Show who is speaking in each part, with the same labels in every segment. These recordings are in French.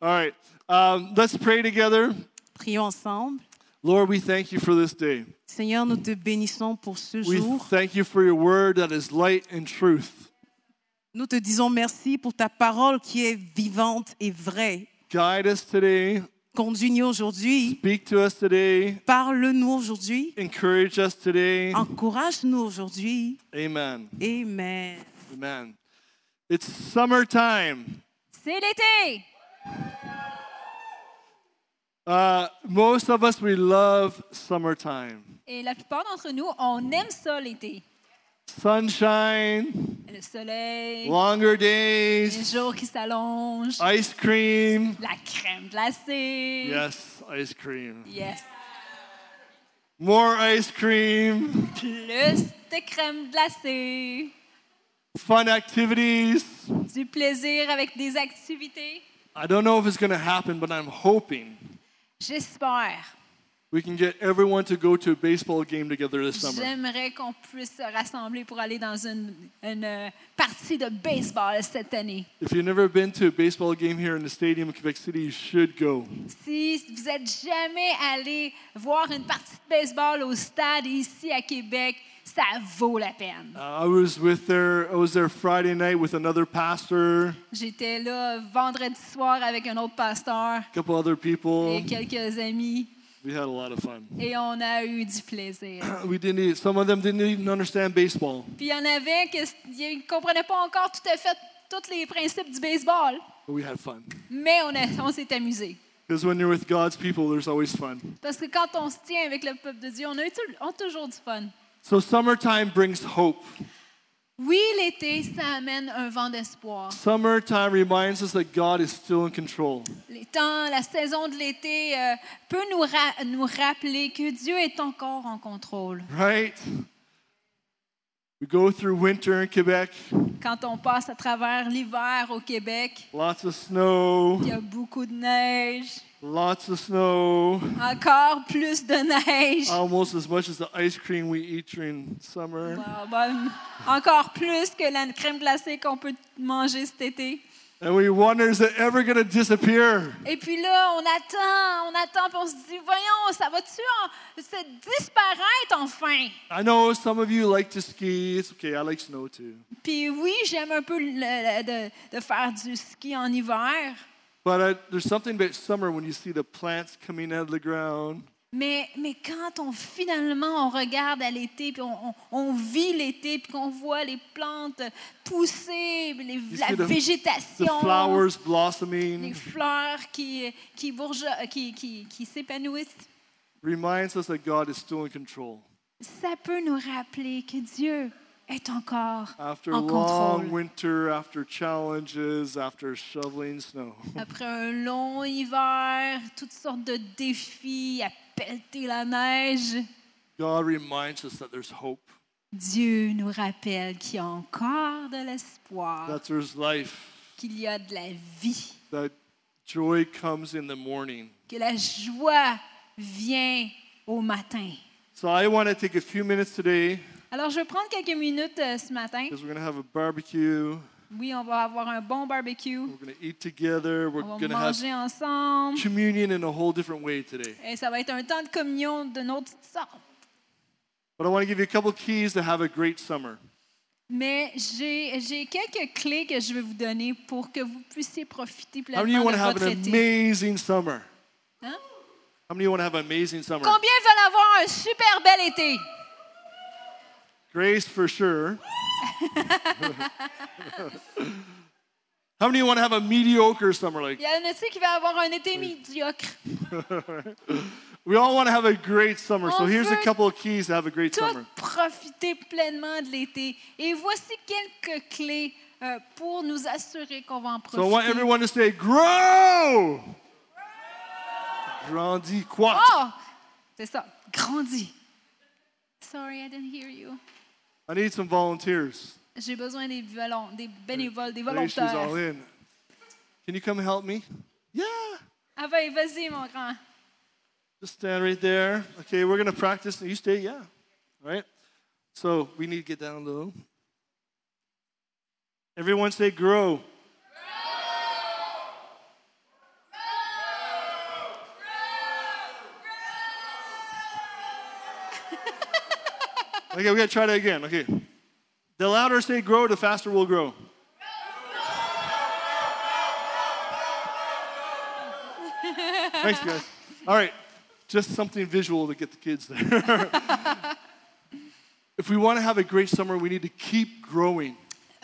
Speaker 1: All right, um, let's pray together.
Speaker 2: Prions ensemble.
Speaker 1: Lord, we thank you for this day.
Speaker 2: Seigneur, nous te bénissons pour ce
Speaker 1: We
Speaker 2: jour.
Speaker 1: thank you for your word that is light and truth.
Speaker 2: Nous te disons merci pour ta parole qui est vivante et vraie.
Speaker 1: Guide us today,
Speaker 2: Conduis-nous aujourd'hui.
Speaker 1: speak to us today,
Speaker 2: Parle-nous aujourd'hui.
Speaker 1: encourage us today.
Speaker 2: Ah. Encourage-nous aujourd'hui.
Speaker 1: Amen.
Speaker 2: Amen.
Speaker 1: Amen. It's summertime.
Speaker 3: C'est l'été.
Speaker 1: Uh, most of us, we love summertime.
Speaker 3: Et la plupart d'entre nous, on aime ça l'été.
Speaker 1: Sunshine,
Speaker 3: Le soleil,
Speaker 1: longer
Speaker 3: les
Speaker 1: days,
Speaker 3: jours qui s'allongent,
Speaker 1: ice cream.
Speaker 3: la crème glacée.
Speaker 1: Yes, ice cream.
Speaker 3: Yes.
Speaker 1: More ice cream,
Speaker 3: Plus de crème glacée.
Speaker 1: fun activities.
Speaker 3: Du plaisir avec des activités.
Speaker 1: I don't know if it's going to happen, but I'm hoping
Speaker 3: J'espère.
Speaker 1: we can get everyone to go to a baseball game together this summer.
Speaker 3: J'aimerais qu'on puisse se rassembler pour aller dans une, une, euh, partie de baseball cette année.
Speaker 1: If you've never been to a baseball game here in the stadium in Quebec City, you should go.
Speaker 3: Si vous n'êtes jamais allé voir une partie de baseball au stade ici à Québec, ça vaut la peine.
Speaker 1: Uh, I was with there. I was there Friday night with another pastor,
Speaker 3: J'étais là vendredi soir avec un autre pasteur
Speaker 1: a couple other people.
Speaker 3: et quelques amis
Speaker 1: We had a lot of fun.
Speaker 3: et on a eu du plaisir.
Speaker 1: We didn't. e- Some of them didn't even understand baseball.
Speaker 3: Puis il y en avait qui ne comprenaient pas encore tout à fait tous les principes du baseball,
Speaker 1: But we had fun.
Speaker 3: mais on, a- on s'est amusé.
Speaker 1: Because when you're with God's people, there's always fun.
Speaker 3: Parce que quand on se tient avec le peuple de Dieu, on a, eu tout- on a toujours du fun.
Speaker 1: So summertime brings hope.
Speaker 3: Oui, l'été, ça amène un vent d'espoir.
Speaker 1: Summertime reminds us that God is still in control.
Speaker 3: Les temps, la saison de l'été euh, peut nous, ra- nous rappeler que Dieu est encore en contrôle.
Speaker 1: Right? We go through winter in Quebec,
Speaker 3: Quand on passe à travers l'hiver au Québec,
Speaker 1: lots of snow,
Speaker 3: il y a beaucoup de neige,
Speaker 1: lots of snow,
Speaker 3: encore plus de neige,
Speaker 1: almost as much as the ice cream we eat during summer.
Speaker 3: Wow, bon, encore plus que la crème glacée qu'on peut manger cet été.
Speaker 1: And we wonder is it ever going to disappear?
Speaker 3: Et puis là, on attend, on attend, puis on se dit, voyons, ça va-tu en- se disparaître enfin?
Speaker 1: I know some of you like to ski. It's okay, I like snow too.
Speaker 3: Puis oui, j'aime un peu le- le- de, de faire du ski en hiver,
Speaker 1: But uh there's something about summer when you see the plants coming out of the ground,
Speaker 3: mais, mais quand on finalement on regarde à l'été, puis on, on- on vit l'été, puis qu'on voit les plantes pousser, les- la
Speaker 1: see the- the
Speaker 3: végétation,
Speaker 1: flowers
Speaker 3: les
Speaker 1: blossoming,
Speaker 3: fleurs qui, qui, bourgeon- qui, qui, qui s'épanouissent,
Speaker 1: reminds us that God is still in control.
Speaker 3: ça peut nous rappeler que Dieu est encore
Speaker 1: After
Speaker 3: en
Speaker 1: long
Speaker 3: contrôle.
Speaker 1: winter, after challenges, after shoveling snow,
Speaker 3: Après un long hiver, toutes sortes de défis, à pelleter la neige,
Speaker 1: God reminds us that there's hope,
Speaker 3: Dieu nous rappelle qu'il y a encore de l'espoir,
Speaker 1: that there's life,
Speaker 3: qu'il y a de la vie,
Speaker 1: that joy comes in the morning.
Speaker 3: que la joie vient au matin.
Speaker 1: So I want to take a few minutes today
Speaker 3: Alors, je vais prendre quelques minutes euh, ce matin.
Speaker 1: because we're going to have a barbecue,
Speaker 3: Oui, on va avoir un bon barbecue.
Speaker 1: we're going to eat together, we're
Speaker 3: On va
Speaker 1: going to have
Speaker 3: manger ensemble.
Speaker 1: communion in a whole different way today.
Speaker 3: Et ça va être un temps de communion d'une autre sorte.
Speaker 1: But I want to give you a couple keys to have a great summer.
Speaker 3: Mais j'ai j'ai quelques clés que je vais vous donner pour que vous puissiez profiter
Speaker 1: How
Speaker 3: pleinement
Speaker 1: many of you want
Speaker 3: de
Speaker 1: to have
Speaker 3: votre
Speaker 1: an
Speaker 3: été.
Speaker 1: amazing summer?
Speaker 3: Hein?
Speaker 1: How many of you want to have an amazing summer?
Speaker 3: Combien veulent avoir un super bel été?
Speaker 1: Grace for sure. How many want to have a mediocre summer? Like
Speaker 3: Il y en a-tu qui va avoir un été médiocre?
Speaker 1: we all want to have a great summer. So
Speaker 3: On
Speaker 1: here's a
Speaker 3: veut
Speaker 1: couple of keys to have a great
Speaker 3: Tout
Speaker 1: summer.
Speaker 3: profiter pleinement de l'été. Et voici quelques clés euh, pour nous assurer qu'on va en
Speaker 1: So I want
Speaker 3: profiter.
Speaker 1: everyone to say, grow, grandis, quoi?
Speaker 3: oh! C'est ça. Grandis. Sorry, I didn't hear you.
Speaker 1: I need some volunteers.
Speaker 3: J'ai besoin des, volon- des bénévoles, des
Speaker 1: Grace is all
Speaker 3: volontaires.
Speaker 1: in. Can you come help me? Yeah.
Speaker 3: Ah ben, vas-y, mon grand.
Speaker 1: Just stand right there. Okay, we're gonna practice. You stay. Yeah. All right. So we need to get down low. Everyone say, grow. Okay, we gotta try that again. Okay. The louder say grow, the faster we'll grow. Thanks, guys. All right, just something visual to get the kids there. if we wanna have a great summer, we need to keep growing.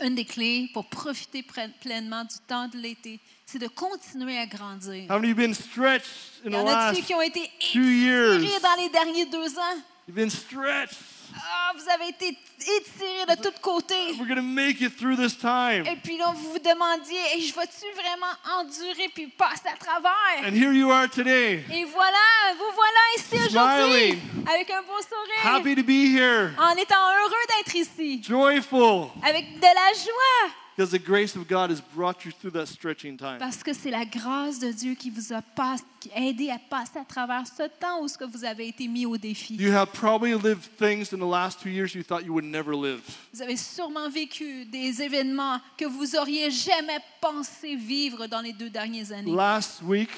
Speaker 3: Une des clés pour profiter pre- pleinement du temps de l'été, c'est de continuer à grandir.
Speaker 1: How many of you been stretched in
Speaker 3: Il y
Speaker 1: the
Speaker 3: en a de ceux
Speaker 1: last?
Speaker 3: qui ont été
Speaker 1: few years.
Speaker 3: étirés dans les derniers deux ans.
Speaker 1: You've been stretched.
Speaker 3: Ah, vous avez été étirés de tous côtés.
Speaker 1: We're gonna make it through this time.
Speaker 3: Et puis là, vous vous demandiez, Hey, je vais-tu vraiment endurer puis passer à travers?
Speaker 1: And here you are today,
Speaker 3: Et voilà, vous voilà ici aujourd'hui,
Speaker 1: Smiling.
Speaker 3: avec un beau sourire,
Speaker 1: happy to be here,
Speaker 3: en étant heureux d'être ici,
Speaker 1: joyful,
Speaker 3: avec de la joie,
Speaker 1: because the grace of God has brought you through that stretching time.
Speaker 3: parce que c'est la grâce de Dieu qui vous a pas- qui a aidé à passer à travers ce temps où ce que vous avez été mis au défi.
Speaker 1: You have probably lived things in the last two years you thought you would never live.
Speaker 3: Vous avez sûrement vécu des événements que vous auriez jamais pensé vivre dans les deux dernières années.
Speaker 1: Last week,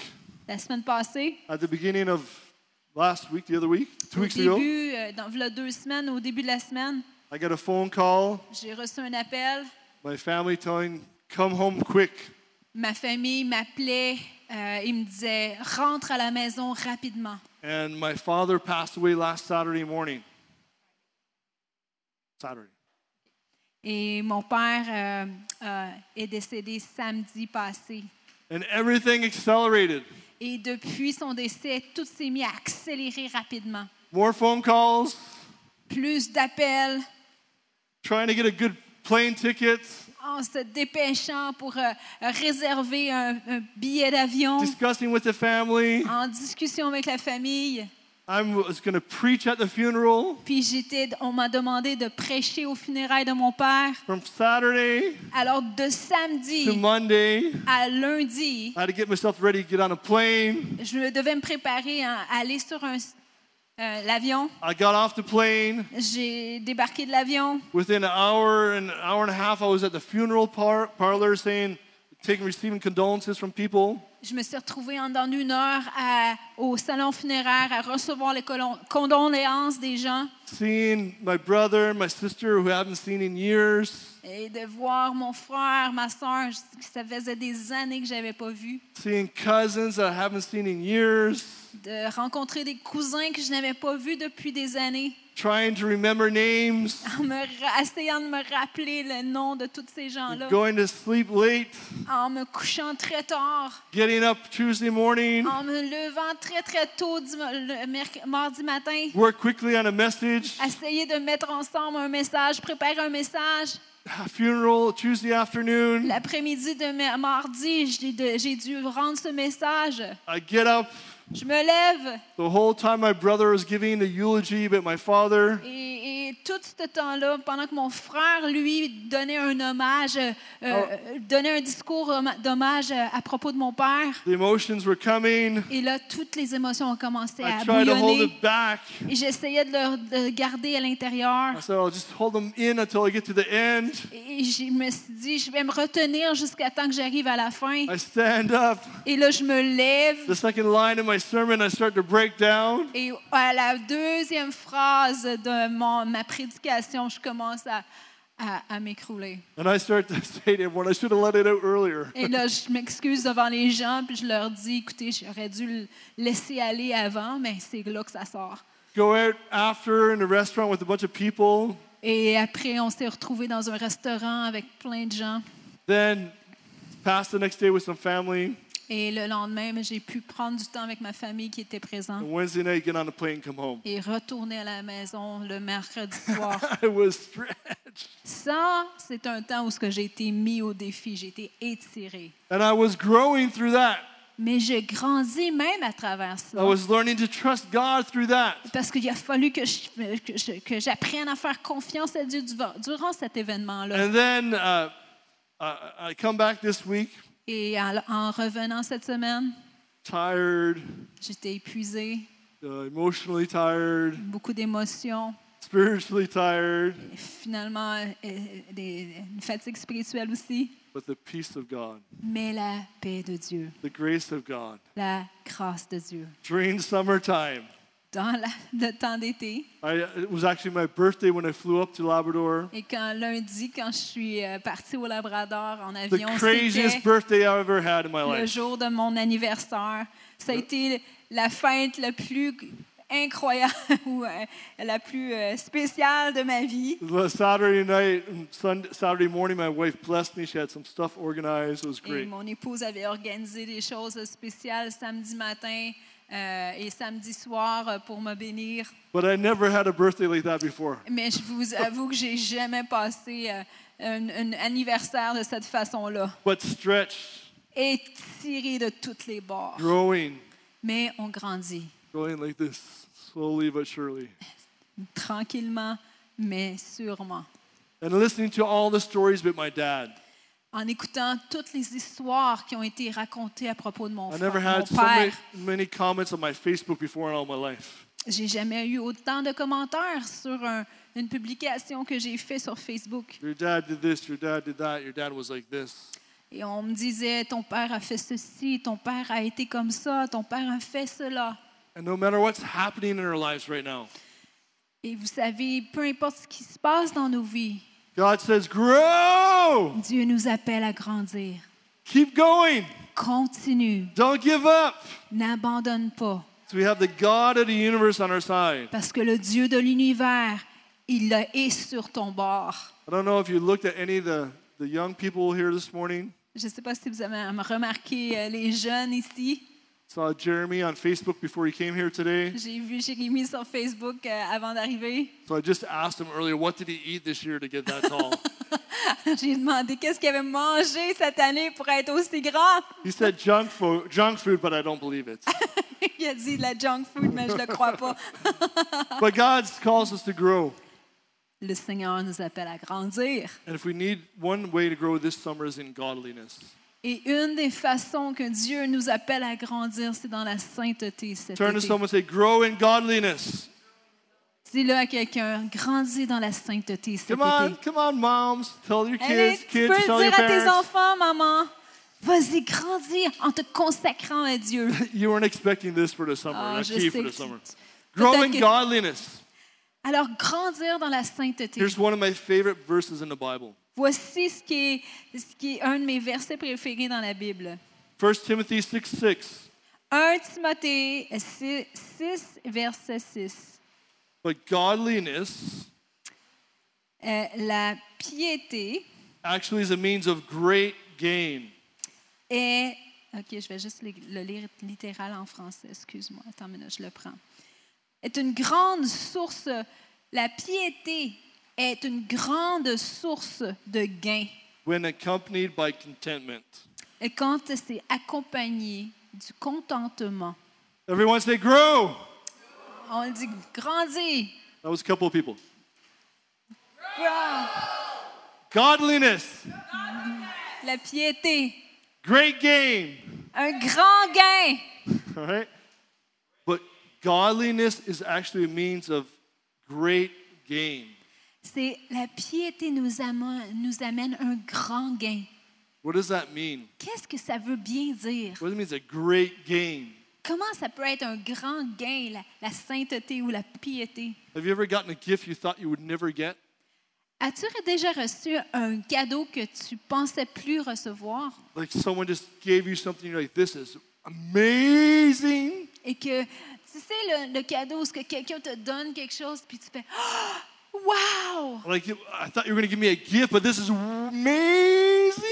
Speaker 3: La semaine passée,
Speaker 1: at the beginning of last week, the other week, two
Speaker 3: au
Speaker 1: weeks ago,
Speaker 3: début, euh, dans voilà deux semaines, au début de la semaine,
Speaker 1: I got a phone call,
Speaker 3: j'ai reçu un appel.
Speaker 1: my family telling, come home quick.
Speaker 3: Ma famille m'appelait. euh, ils me disaient rentre à la maison rapidement.
Speaker 1: And my father passed away last Saturday morning. Saturday.
Speaker 3: Et mon père euh, euh, est décédé samedi passé.
Speaker 1: And everything accelerated.
Speaker 3: Et depuis son décès, tout s'est mis à accélérer rapidement.
Speaker 1: More phone calls,
Speaker 3: Plus d'appels
Speaker 1: trying to get a good plane ticket,
Speaker 3: en se dépêchant pour euh, réserver un, un billet d'avion,
Speaker 1: discussing with the family.
Speaker 3: en discussion avec la famille.
Speaker 1: I was going to preach at the funeral
Speaker 3: Puis j'étais, on m'a demandé de prêcher aux funérailles de mon père.
Speaker 1: from Saturday
Speaker 3: Alors de
Speaker 1: to
Speaker 3: samedi
Speaker 1: Monday.
Speaker 3: à lundi,
Speaker 1: I had to get myself ready to get on a plane.
Speaker 3: je me devais me préparer à aller sur un- euh, l'avion.
Speaker 1: I got off the plane.
Speaker 3: J'ai débarqué de l'avion.
Speaker 1: Within an hour and an hour and a half, I was at the funeral par- parlor saying, taking, receiving condolences from people.
Speaker 3: Je me suis retrouvée en dans une heure à- au salon funéraire à recevoir les colon- condoléances des gens
Speaker 1: Seeing my brother, my sister, who I haven't seen in years.
Speaker 3: et de voir mon frère, ma soeur, ça faisait des années que je n'avais pas vu,
Speaker 1: Seeing cousins that I haven't seen in years.
Speaker 3: de rencontrer des cousins que je n'avais pas vus depuis des années,
Speaker 1: Trying to remember names.
Speaker 3: en me ra- essayant de me rappeler le nom de tous ces gens-là,
Speaker 1: Going to sleep late.
Speaker 3: en me couchant très tard,
Speaker 1: Getting up Tuesday morning.
Speaker 3: en me levant très très tôt du mo- le merc- mardi matin,
Speaker 1: Work quickly on a message.
Speaker 3: essayer de mettre ensemble un message, préparer un message.
Speaker 1: Funeral Tuesday afternoon.
Speaker 3: L'après-midi de ma- mardi, j'ai de- j'ai dû rendre ce message.
Speaker 1: I get up.
Speaker 3: Je me lève
Speaker 1: The whole time my brother was giving the eulogy about my father,
Speaker 3: et, et tout ce temps-là, pendant que mon frère, lui, donnait un hommage, euh,
Speaker 1: Oh.
Speaker 3: euh, donnait un discours hom- d'hommage euh, à propos de mon père,
Speaker 1: the emotions were coming.
Speaker 3: et là, toutes les émotions ont commencé
Speaker 1: I
Speaker 3: à
Speaker 1: tried to hold
Speaker 3: bouillonner
Speaker 1: it back.
Speaker 3: et j'essayais de le de le garder à
Speaker 1: I
Speaker 3: l'intérieur.
Speaker 1: said, I'll just hold them in until I get to the end.
Speaker 3: Et je me suis dit, je vais me retenir jusqu'à temps que j'arrive à la fin.
Speaker 1: I stand up.
Speaker 3: Et là, je me lève.
Speaker 1: The second line of my sermon, I start to break down.
Speaker 3: Et à la deuxième phrase de mon- ma prédication, je commence à, à- à m'écrouler.
Speaker 1: And I start to say to everyone, I should have let it out earlier.
Speaker 3: Et là, je m'excuse devant les gens, puis je leur dis, écoutez, j'aurais dû le laisser aller avant, mais c'est là que ça sort.
Speaker 1: Go out after in a restaurant with a bunch of people.
Speaker 3: Et après, on s'est retrouvés dans un restaurant avec plein de gens.
Speaker 1: Then pass the next day with some family.
Speaker 3: Et le lendemain, mais j'ai pu prendre du temps avec ma famille qui était présente
Speaker 1: And Wednesday night, get on a plane, come home.
Speaker 3: et retourner à la maison le mercredi soir.
Speaker 1: I was stretched.
Speaker 3: Ça, c'est un temps où ce que j'ai été mis au défi, j'ai été étirée.
Speaker 1: And I was growing through that.
Speaker 3: Mais je grandis même à travers
Speaker 1: I
Speaker 3: ça.
Speaker 1: was learning to trust God through that.
Speaker 3: Parce qu'il a fallu que je- que je- que j'apprenne à faire confiance à Dieu duva- durant cet événement-là.
Speaker 1: And then uh, I, I come back this week,
Speaker 3: Et en, en revenant cette semaine,
Speaker 1: tired,
Speaker 3: j'étais épuisée,
Speaker 1: uh, emotionally tired,
Speaker 3: beaucoup d'émotions,
Speaker 1: spiritually tired,
Speaker 3: et finalement euh, des- une fatigue spirituelle aussi.
Speaker 1: but the peace of God,
Speaker 3: Mais la paix de Dieu,
Speaker 1: the grace of God.
Speaker 3: la grâce de Dieu.
Speaker 1: During summertime,
Speaker 3: dans la- le temps d'été.
Speaker 1: I, it was actually my birthday when I flew up to Labrador.
Speaker 3: Et quand lundi, quand je suis euh, partie au Labrador en
Speaker 1: The
Speaker 3: avion,
Speaker 1: craziest
Speaker 3: c'était
Speaker 1: birthday I've ever had in my
Speaker 3: le
Speaker 1: life.
Speaker 3: jour de mon anniversaire. Ça a été la fête la plus incroyable ou euh, la plus euh, spéciale de ma vie.
Speaker 1: The Saturday night, and Sunday, Saturday morning, my wife blessed me. She had some stuff organized. It was
Speaker 3: Et
Speaker 1: great.
Speaker 3: mon épouse avait organisé des choses spéciales samedi matin euh, et samedi soir euh, pour me bénir.
Speaker 1: But I never had a birthday like that before.
Speaker 3: Mais je vous avoue que j'ai jamais passé euh, un, un anniversaire de cette façon-là.
Speaker 1: But stretched,
Speaker 3: Étiré de toutes les bords.
Speaker 1: growing,
Speaker 3: Mais on grandit
Speaker 1: growing like this, slowly but surely.
Speaker 3: tranquillement, mais sûrement.
Speaker 1: And listening to all the stories about my dad.
Speaker 3: En écoutant toutes les histoires qui ont été racontées à propos de mon,
Speaker 1: I
Speaker 3: frère,
Speaker 1: never
Speaker 3: mon
Speaker 1: had so many,
Speaker 3: père,
Speaker 1: many comments on my Facebook before in all my life.
Speaker 3: j'ai jamais eu autant de commentaires sur un- une publication que j'ai faite sur Facebook.
Speaker 1: Your dad did this, your dad did that, your dad was like this.
Speaker 3: Et on me disait, ton père a fait ceci, ton père a été comme ça, ton père a fait cela.
Speaker 1: And no matter what's happening in our lives right now,
Speaker 3: Et vous savez, peu importe ce qui se passe dans nos vies,
Speaker 1: God says, Grow!
Speaker 3: Dieu nous appelle à grandir.
Speaker 1: Keep going!
Speaker 3: Continue,
Speaker 1: Don't give up!
Speaker 3: n'abandonne pas,
Speaker 1: So we have the God of the universe on our side.
Speaker 3: parce que le Dieu de l'univers, il le est sur ton bord.
Speaker 1: I don't know if you looked at any of the, the young people here this morning.
Speaker 3: Je ne sais pas si vous avez remarqué euh, les jeunes ici.
Speaker 1: Saw Jeremy on Facebook before he came here today.
Speaker 3: J'ai vu Jérémy sur Facebook euh, avant d'arriver.
Speaker 1: So I just asked him earlier, what did he eat this year to get that tall?
Speaker 3: J'ai demandé qu'est-ce qu'il avait mangé cette année pour être aussi grand.
Speaker 1: he said junk food, junk food, but I don't believe it.
Speaker 3: Il a dit de la junk food, mais je ne le crois pas.
Speaker 1: But God calls us to grow.
Speaker 3: Le Seigneur nous appelle à grandir.
Speaker 1: And if we need one way to grow this summer is in godliness.
Speaker 3: Et une des façons que Dieu nous appelle à grandir, c'est dans la sainteté. cet
Speaker 1: Turn to
Speaker 3: été.
Speaker 1: someone and say, grow in godliness.
Speaker 3: Dis-le à quelqu'un, grandis dans la sainteté cet
Speaker 1: Come on,
Speaker 3: été.
Speaker 1: come on, moms. Tell your
Speaker 3: Allez,
Speaker 1: kids,
Speaker 3: tu
Speaker 1: kids,
Speaker 3: peux
Speaker 1: tell your
Speaker 3: dire à tes
Speaker 1: parents.
Speaker 3: enfants, maman, vas-y, grandis en te consacrant à Dieu.
Speaker 1: You weren't expecting this for the summer,
Speaker 3: Ah,
Speaker 1: not
Speaker 3: je
Speaker 1: key
Speaker 3: sais
Speaker 1: for
Speaker 3: que
Speaker 1: the
Speaker 3: tu-
Speaker 1: summer.
Speaker 3: Peut-être
Speaker 1: Grow in
Speaker 3: que-
Speaker 1: godliness.
Speaker 3: Alors, grandir dans la sainteté.
Speaker 1: Here's one of my favorite verses in the Bible.
Speaker 3: Voici ce qui, est, ce qui est un de mes versets préférés dans la Bible.
Speaker 1: 1 Timothy 6 6.
Speaker 3: 1 Timothée 6, 6, verset 6.
Speaker 1: But godliness
Speaker 3: Euh, la piété
Speaker 1: actually is a means of great gain.
Speaker 3: est... OK, je vais juste le le lire littéral en français. Excuse-moi. Attends une minute, je le prends. Est une grande source... La piété est une grande source de gain
Speaker 1: when accompanied by contentment.
Speaker 3: Et quand c'est accompagné du contentement.
Speaker 1: Everyone say, grow.
Speaker 3: On le dit grandis,
Speaker 1: That was a couple of people.
Speaker 3: Grow.
Speaker 1: Godliness,
Speaker 3: la piété,
Speaker 1: great gain.
Speaker 3: un grand gain.
Speaker 1: All right? But godliness is actually a means of great gain.
Speaker 3: C'est la piété nous amène, nous amène un grand gain.
Speaker 1: What does that mean?
Speaker 3: Qu'est-ce que ça veut bien dire?
Speaker 1: What does it mean? It's a great gain.
Speaker 3: Comment ça peut être un grand gain, la, la sainteté ou la piété?
Speaker 1: Have you ever gotten a gift you thought you would never get?
Speaker 3: As-tu déjà reçu un cadeau que tu pensais plus recevoir
Speaker 1: Like someone just gave you something, you're like, this is amazing.
Speaker 3: et que, tu sais, le, le cadeau, ce que quelqu'un te donne quelque chose, puis tu fais Ah! Wow!
Speaker 1: Like, you- I thought you were going to give me a gift, but this is amazing.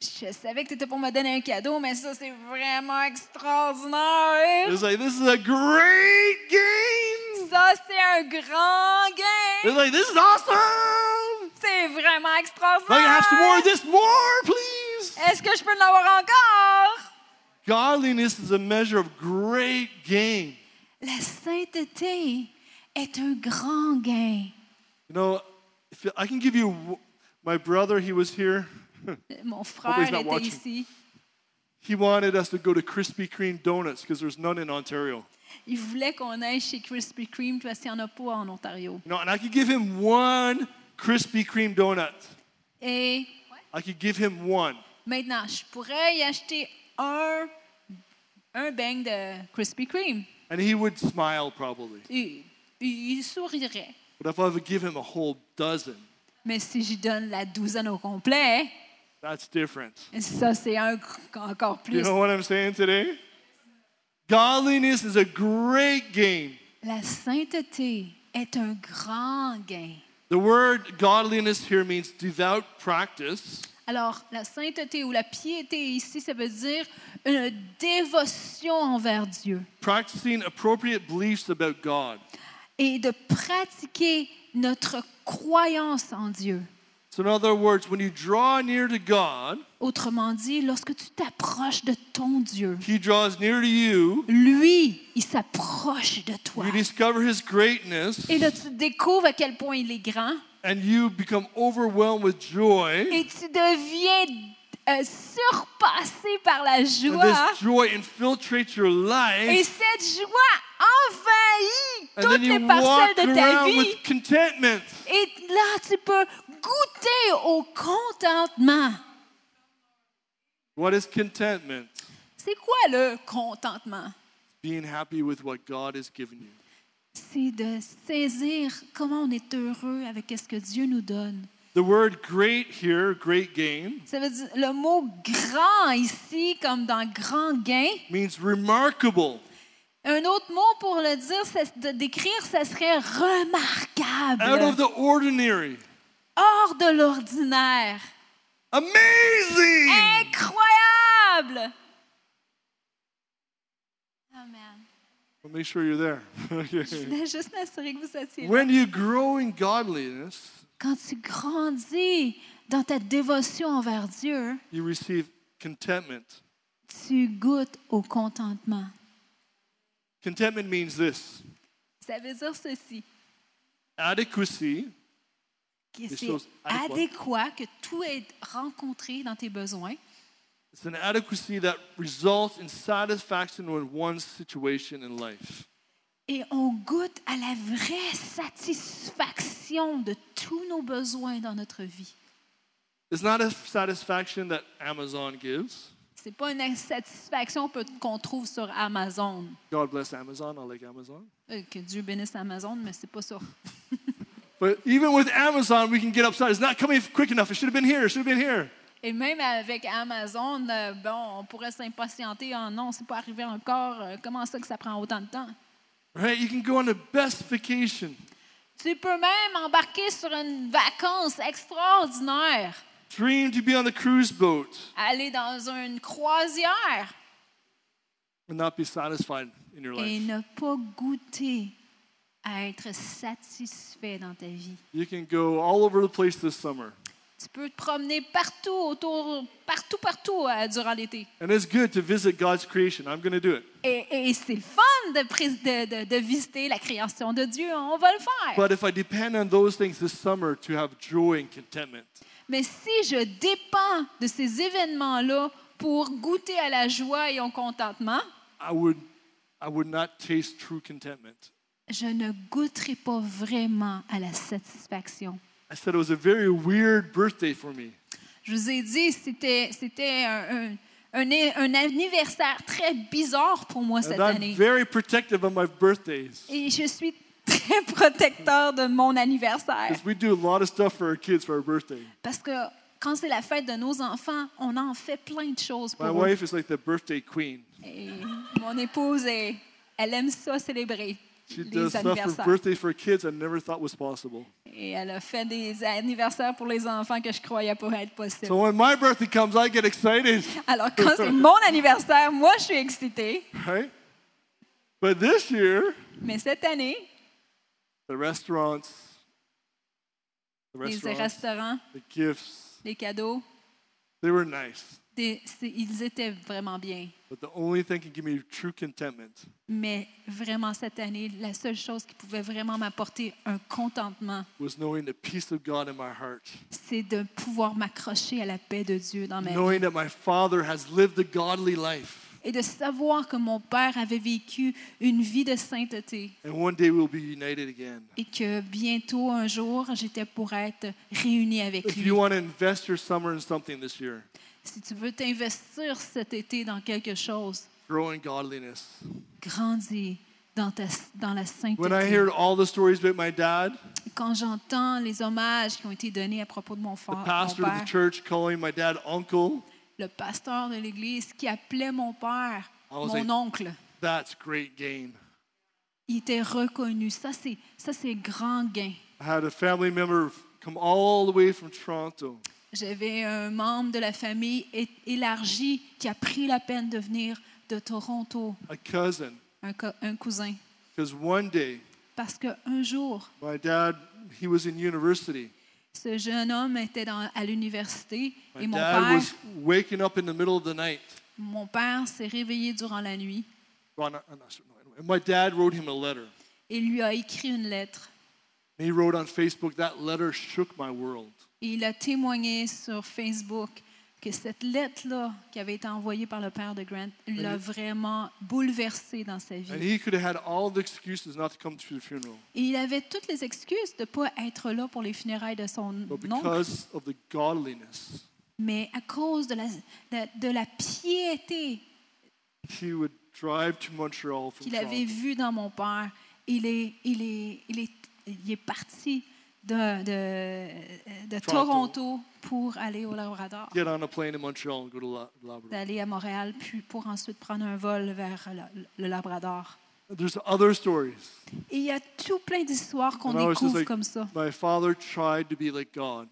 Speaker 3: Je savais que tu étais pour me donner un cadeau, mais ça, c'est vraiment extraordinaire!
Speaker 1: It's like this is a great game.
Speaker 3: Ça, c'est un grand gain!
Speaker 1: It's like this is awesome.
Speaker 3: C'est vraiment
Speaker 1: Like I have some more
Speaker 3: extraordinaire!
Speaker 1: of this more, please.
Speaker 3: Est-ce que je peux en avoir encore?
Speaker 1: Godliness is a measure of great gain.
Speaker 3: La sainteté est un grand gain.
Speaker 1: You know, if you- I can give you w- my brother. He was here.
Speaker 3: Mon
Speaker 1: Hope
Speaker 3: frère
Speaker 1: he's not
Speaker 3: était
Speaker 1: watching.
Speaker 3: ici.
Speaker 1: He wanted us to go to Krispy Kreme donuts because there's none in Ontario.
Speaker 3: Il voulait qu'on aille chez Krispy Kreme parce qu'il n'y en a pas en Ontario.
Speaker 1: You know, and I could give him one Krispy Kreme donut.
Speaker 3: Et
Speaker 1: I could give him one.
Speaker 3: maintenant, je pourrais y acheter un, un bang de Krispy Kreme.
Speaker 1: And he would smile probably.
Speaker 3: Et il sourirait.
Speaker 1: But if I would give him a whole dozen,
Speaker 3: Mais si j'y donne la douzaine au complet,
Speaker 1: that's different.
Speaker 3: ça, c'est un- encore
Speaker 1: You
Speaker 3: plus.
Speaker 1: know what I'm saying today? Godliness is a great gain.
Speaker 3: La sainteté est un grand gain.
Speaker 1: The word godliness here means devout practice,
Speaker 3: Alors, la sainteté ou la piété ici, ça veut dire une dévotion envers Dieu
Speaker 1: practicing appropriate beliefs about God.
Speaker 3: et de pratiquer notre croyance en Dieu.
Speaker 1: So, in other words, when you draw near to God,
Speaker 3: Autrement dit, lorsque tu t'approches de ton Dieu,
Speaker 1: He draws near to you.
Speaker 3: lui, il s'approche de toi.
Speaker 1: You discover His greatness,
Speaker 3: Et là, tu découvres à quel point il est grand
Speaker 1: and you become overwhelmed with joy.
Speaker 3: et tu deviens euh, surpassé par la
Speaker 1: And
Speaker 3: joie.
Speaker 1: this joy infiltrates your
Speaker 3: Et
Speaker 1: life,
Speaker 3: cette joie envahit
Speaker 1: and then
Speaker 3: toutes
Speaker 1: you
Speaker 3: les
Speaker 1: walk
Speaker 3: parcelles de ta
Speaker 1: around
Speaker 3: vie.
Speaker 1: with contentment.
Speaker 3: Et là, tu peux goûter au contentement.
Speaker 1: What is contentment?
Speaker 3: C'est quoi le contentement?
Speaker 1: Being happy with what God has given you.
Speaker 3: C'est de saisir comment on est heureux avec ce que Dieu nous donne.
Speaker 1: The word great here, great gain,
Speaker 3: Ça veut dire le mot grand ici, comme dans grand gain.
Speaker 1: means remarkable,
Speaker 3: Un autre mot pour le dire, c'est de décrire, ça serait
Speaker 1: out of
Speaker 3: remarquable,
Speaker 1: the ordinary,
Speaker 3: hors de l'ordinaire,
Speaker 1: amazing.
Speaker 3: incroyable. Amen.
Speaker 1: Well, make sure you're there.
Speaker 3: Je
Speaker 1: Okay.
Speaker 3: voulais juste m'assurer que vous étiez là.
Speaker 1: When you grow in godliness,
Speaker 3: Quand tu grandis dans ta dévotion envers Dieu,
Speaker 1: you receive contentment.
Speaker 3: tu goûtes au contentement.
Speaker 1: Contentment means this
Speaker 3: Ça veut dire ceci,
Speaker 1: adequacy
Speaker 3: que
Speaker 1: Des
Speaker 3: c'est
Speaker 1: choses adéquates.
Speaker 3: adéquat, que tout est rencontré dans tes besoins.
Speaker 1: It's an adequacy that results in satisfaction with one's situation in life.
Speaker 3: Et on goûte à la vraie satisfaction de tous nos besoins dans notre vie.
Speaker 1: It's not a satisfaction that Amazon gives.
Speaker 3: C'est pas une satisfaction peut- qu'on trouve sur Amazon.
Speaker 1: God bless Amazon. I like Amazon.
Speaker 3: Euh, Que Dieu bénisse Amazon, mais c'est pas ça.
Speaker 1: But even with Amazon, we can get upset. It's not coming quick enough. It should have been here. It should have been here.
Speaker 3: Et même avec Amazon, euh, bon, on pourrait s'impatienter. Ah non, c'est pas arrivé encore. Euh, Comment ça que ça prend autant de temps?
Speaker 1: Right? You can go on the best vacation,
Speaker 3: Tu peux même embarquer sur une vacance extraordinaire,
Speaker 1: dream to be on the cruise boat,
Speaker 3: aller dans une croisière
Speaker 1: and not be satisfied in your
Speaker 3: et
Speaker 1: life.
Speaker 3: ne pas goûter à être satisfait dans ta vie.
Speaker 1: You can go all over the place this summer.
Speaker 3: Tu peux te promener partout, autour, partout, partout euh, durant l'été.
Speaker 1: And it's good to visit God's creation. I'm going to do it.
Speaker 3: Et, et c'est le fun de, pré- de- de- de visiter la création de Dieu. hein, On va le faire.
Speaker 1: But if I depend on those things this summer to have joy and contentment,
Speaker 3: Mais si je dépends de ces événements-là pour goûter à la joie et au contentement,
Speaker 1: I would, I would not taste true contentment.
Speaker 3: je ne goûterai pas vraiment à la satisfaction.
Speaker 1: I said it was a very weird birthday for me.
Speaker 3: Je vous ai dit, c'était, c'était un, un- un é- un anniversaire très bizarre pour moi cette
Speaker 1: And I'm
Speaker 3: année.
Speaker 1: very protective of my birthdays.
Speaker 3: Et je suis très protecteur de mon anniversaire.
Speaker 1: Because we do a lot of stuff for our kids for our birthday.
Speaker 3: Parce que quand c'est la fête de nos enfants, on en fait plein de choses
Speaker 1: My
Speaker 3: pour eux.
Speaker 1: wife is like the birthday queen.
Speaker 3: Et mon épouse, elle, elle aime ça célébrer
Speaker 1: She does
Speaker 3: les
Speaker 1: stuff for
Speaker 3: anniversaires.
Speaker 1: birthday for kids I never thought was possible.
Speaker 3: Et elle a fait des anniversaires pour les enfants que je croyais pas être possible.
Speaker 1: So when my birthday comes, I get excited,
Speaker 3: Alors, quand c'est mon anniversaire, moi, je suis excitée.
Speaker 1: right? But this year,
Speaker 3: Mais cette année,
Speaker 1: the restaurants, the
Speaker 3: les
Speaker 1: restaurants,
Speaker 3: restaurants,
Speaker 1: the gifts,
Speaker 3: les cadeaux,
Speaker 1: they were nice.
Speaker 3: des- c'est- ils étaient vraiment bien.
Speaker 1: But the only thing can give me true contentment
Speaker 3: Mais vraiment, cette année, la seule chose qui pouvait vraiment m'apporter un contentement,
Speaker 1: was knowing the peace of God in my heart,
Speaker 3: c'est de pouvoir m'accrocher à la paix de Dieu dans ma vie.
Speaker 1: knowing that my Father has lived a godly life,
Speaker 3: Et de savoir que mon père avait vécu une vie de sainteté
Speaker 1: and one day we'll be united again.
Speaker 3: et que bientôt, un jour, j'étais pour être réunie avec
Speaker 1: If
Speaker 3: lui.
Speaker 1: you want to invest your summer in something this year,
Speaker 3: Si tu veux t'investir cet été dans quelque chose,
Speaker 1: grow in godliness,
Speaker 3: grandis dans, ta- dans la sainteté.
Speaker 1: When I heard all the stories about my dad,
Speaker 3: Quand j'entends les hommages qui ont été donnés à propos de mon, fa-
Speaker 1: the
Speaker 3: mon
Speaker 1: pastor of
Speaker 3: père,
Speaker 1: the church calling my dad uncle,
Speaker 3: le pasteur de l'Église qui appelait mon père
Speaker 1: I was
Speaker 3: mon
Speaker 1: like-
Speaker 3: oncle,
Speaker 1: that's great gain.
Speaker 3: il était reconnu. Ça, c'est ça, c'est grand gain.
Speaker 1: I had a family member come all the way from Toronto
Speaker 3: J'avais un membre de la famille é- élargie qui a pris la peine de venir de Toronto,
Speaker 1: a cousin
Speaker 3: un, co- un cousin.
Speaker 1: because one day
Speaker 3: Parce qu'un jour,
Speaker 1: my dad he was in university
Speaker 3: ce jeune homme était dans- à l'université
Speaker 1: my
Speaker 3: et mon
Speaker 1: dad
Speaker 3: père,
Speaker 1: was waking up in the middle of the night
Speaker 3: mon père s'est réveillé durant la nuit
Speaker 1: well, not, not sure, no, anyway. and my dad wrote him a letter
Speaker 3: et lui a écrit une lettre.
Speaker 1: and he wrote on facebook that letter shook my world
Speaker 3: Et il a témoigné sur Facebook que cette lettre-là qui avait été envoyée par le père de Grant l'a vraiment bouleversé dans sa
Speaker 1: and
Speaker 3: vie.
Speaker 1: he could have had all the excuses not to come to the funeral
Speaker 3: Et il avait toutes les excuses de ne pas être là pour les funérailles de son
Speaker 1: but
Speaker 3: oncle,
Speaker 1: because of the godliness
Speaker 3: mais à cause de la, de, de la piété
Speaker 1: he would drive to montreal from
Speaker 3: qu'il avait
Speaker 1: Toronto.
Speaker 3: vue dans mon père, il est, il est, il est, il est parti de, de, de
Speaker 1: Toronto.
Speaker 3: Toronto pour aller au Labrador,
Speaker 1: get on a plane in montreal and go to La- labrador
Speaker 3: d'aller à Montréal puis pour ensuite prendre un vol vers la- le Labrador.
Speaker 1: there's other stories
Speaker 3: Et il y a tout plein d'histoires qu'on
Speaker 1: And I was just
Speaker 3: découvre
Speaker 1: like-
Speaker 3: comme ça.
Speaker 1: my father tried to be like god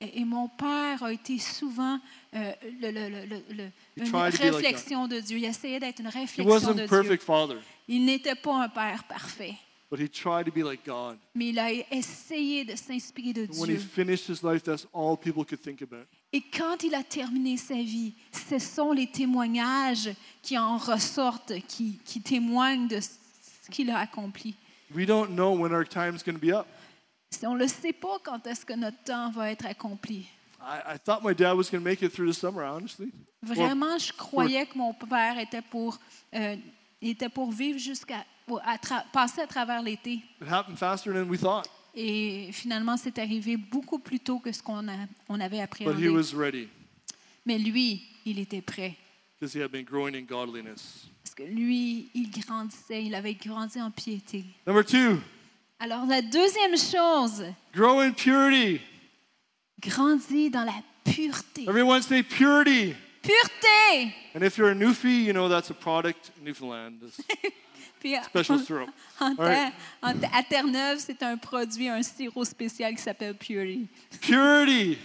Speaker 3: Et, et mon père a été souvent euh, le- le- le- le- le-
Speaker 1: He
Speaker 3: une
Speaker 1: tried to be like
Speaker 3: réflexion de Dieu. Il essayait d'être une
Speaker 1: he
Speaker 3: réflexion
Speaker 1: wasn't
Speaker 3: de
Speaker 1: a
Speaker 3: Dieu.
Speaker 1: perfect father
Speaker 3: Il n'était pas un père parfait,
Speaker 1: but he tried to be like god
Speaker 3: mais il a essayé de s'inspirer de
Speaker 1: And when he
Speaker 3: Dieu.
Speaker 1: finished his life, that's all people could think about.
Speaker 3: Et quand il a terminé sa vie, ce sont les témoignages qui en ressortent, qui, qui témoignent de ce qu'il a accompli.
Speaker 1: We don't know when our time's going to be up.
Speaker 3: On ne le sait pas quand est-ce que notre temps va être accompli.
Speaker 1: I, I thought my dad was going to make it through the summer, honestly.
Speaker 3: Vraiment, je croyais que mon père était pour, euh, il était pour vivre jusqu'à pour à tra- passer à travers l'été.
Speaker 1: It happened faster than we thought,
Speaker 3: Et finalement, c'est arrivé beaucoup plus tôt que ce qu'on a- on
Speaker 1: but
Speaker 3: avait
Speaker 1: he
Speaker 3: appréhendé.
Speaker 1: was ready
Speaker 3: Mais lui, il était prêt.
Speaker 1: because he had been growing in godliness.
Speaker 3: Parce que lui, il grandissait, il avait grandi en piété.
Speaker 1: Number two,
Speaker 3: Alors, la deuxième chose,
Speaker 1: grow in purity.
Speaker 3: grandis dans la pureté.
Speaker 1: Everyone say purity.
Speaker 3: Pureté!
Speaker 1: And if you're a Newfie, you know that's a product in Newfoundland. It's
Speaker 3: Puis,
Speaker 1: special syrup.
Speaker 3: en
Speaker 1: All right.
Speaker 3: Ter- en Te- à Terre-Neuve, c'est un produit, un sirop spécial qui s'appelle Purity.
Speaker 1: Purity.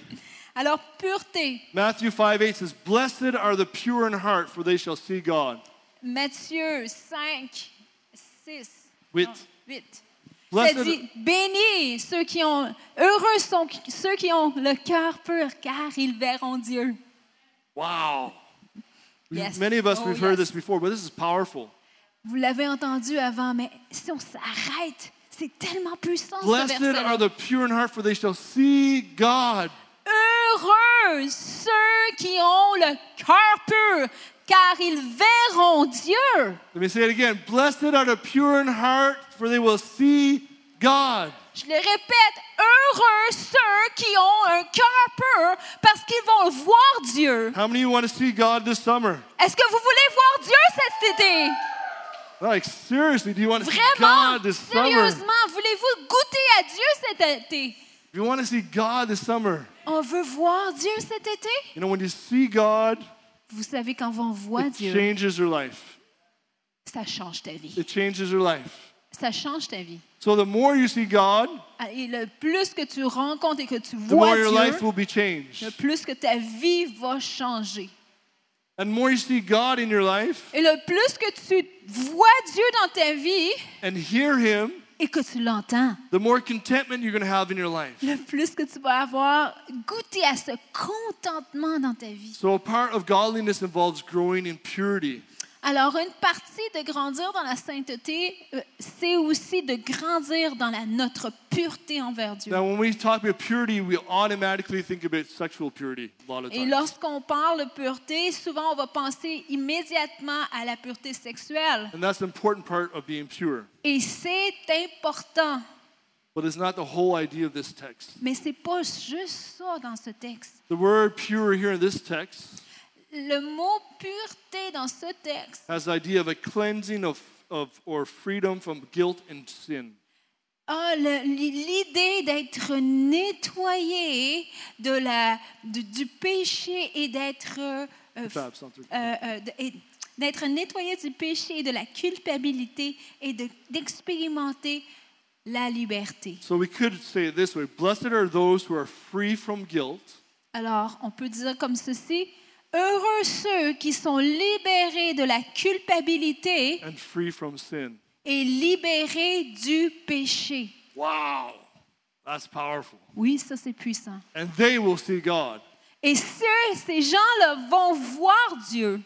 Speaker 3: Alors, pureté.
Speaker 1: Matthew 5 8 says, Blessed are the pure in heart, for they shall see God.
Speaker 3: Matthieu 5, 6,
Speaker 1: Huit.
Speaker 3: 8. Ça
Speaker 1: Blessed,
Speaker 3: dit, bénis ceux qui ont, heureux sont ceux qui ont le cœur pur, car ils verront Dieu.
Speaker 1: Wow. We-
Speaker 3: Yes.
Speaker 1: Many of us,
Speaker 3: Oh,
Speaker 1: we've heard
Speaker 3: yes.
Speaker 1: this before, but this is powerful.
Speaker 3: Vous l'avez entendu avant, mais si on s'arrête, c'est tellement puissant ce
Speaker 1: Blessed
Speaker 3: verset.
Speaker 1: are the pure in heart, for they shall see God.
Speaker 3: Heureux ceux qui ont le cœur pur, car ils verront Dieu.
Speaker 1: Let me say it again. Blessed are the pure in heart, for they will see God.
Speaker 3: Je le répète, heureux ceux qui ont un cœur pur, parce qu'ils vont voir Dieu.
Speaker 1: How many of you want to see God this summer?
Speaker 3: Est-ce que vous voulez voir Dieu cet été?
Speaker 1: Like, seriously, do you want to see
Speaker 3: Vraiment,
Speaker 1: God this summer? If
Speaker 3: sérieusement, voulez-vous goûter à Dieu cet été?
Speaker 1: you want to see God this summer,
Speaker 3: On veut voir Dieu cet été?
Speaker 1: you know, when you see God,
Speaker 3: Vous savez, quand on voit
Speaker 1: it
Speaker 3: Dieu,
Speaker 1: changes your life.
Speaker 3: ça change ta vie.
Speaker 1: It changes your life.
Speaker 3: Ça change ta vie. Ah,
Speaker 1: So the more you see God,
Speaker 3: Et le plus que tu rencontres et que tu
Speaker 1: the
Speaker 3: vois
Speaker 1: more your
Speaker 3: Dieu,
Speaker 1: life will be
Speaker 3: le
Speaker 1: changed.
Speaker 3: plus que ta vie va changer.
Speaker 1: And the more you see God in your life,
Speaker 3: Et le plus que tu vois Dieu dans ta vie
Speaker 1: and hear him,
Speaker 3: et que tu l'entends,
Speaker 1: the more contentment you're going to have in your life.
Speaker 3: le plus que tu vas avoir goûté à ce contentement dans ta vie.
Speaker 1: So, a part of godliness involves growing in purity.
Speaker 3: Alors, une partie de grandir dans la sainteté, euh, c'est aussi de grandir dans la, notre pureté envers Dieu.
Speaker 1: Now, when we talk about purity, we automatically think about sexual purity a lot of
Speaker 3: Et
Speaker 1: times.
Speaker 3: lorsqu'on parle de pureté, souvent on va penser immédiatement à la pureté sexuelle.
Speaker 1: And that's an important part of being pure.
Speaker 3: Et c'est important,
Speaker 1: But it's not the whole idea of this text.
Speaker 3: mais c'est pas juste ça dans ce texte.
Speaker 1: The word pure here in this text
Speaker 3: Le mot pureté dans ce texte,
Speaker 1: has the idea of a cleansing of of or freedom from guilt and sin.
Speaker 3: Ah, le- l'idée d'être nettoyé de la, du- du péché et d'être euh, euh,
Speaker 1: Fab, sounds good.
Speaker 3: euh, euh, de- et d'être nettoyé du péché et de la culpabilité et de- d'expérimenter la liberté.
Speaker 1: So we could say it this way Blessed are those who are free from guilt
Speaker 3: Alors, on peut dire comme ceci, heureux ceux qui sont libérés de la culpabilité
Speaker 1: and free from sin.
Speaker 3: et libérés du péché.
Speaker 1: Wow, that's powerful.
Speaker 3: Oui, ça c'est puissant.
Speaker 1: And they will see God.
Speaker 3: Et ceux, ces gens-là vont voir Dieu.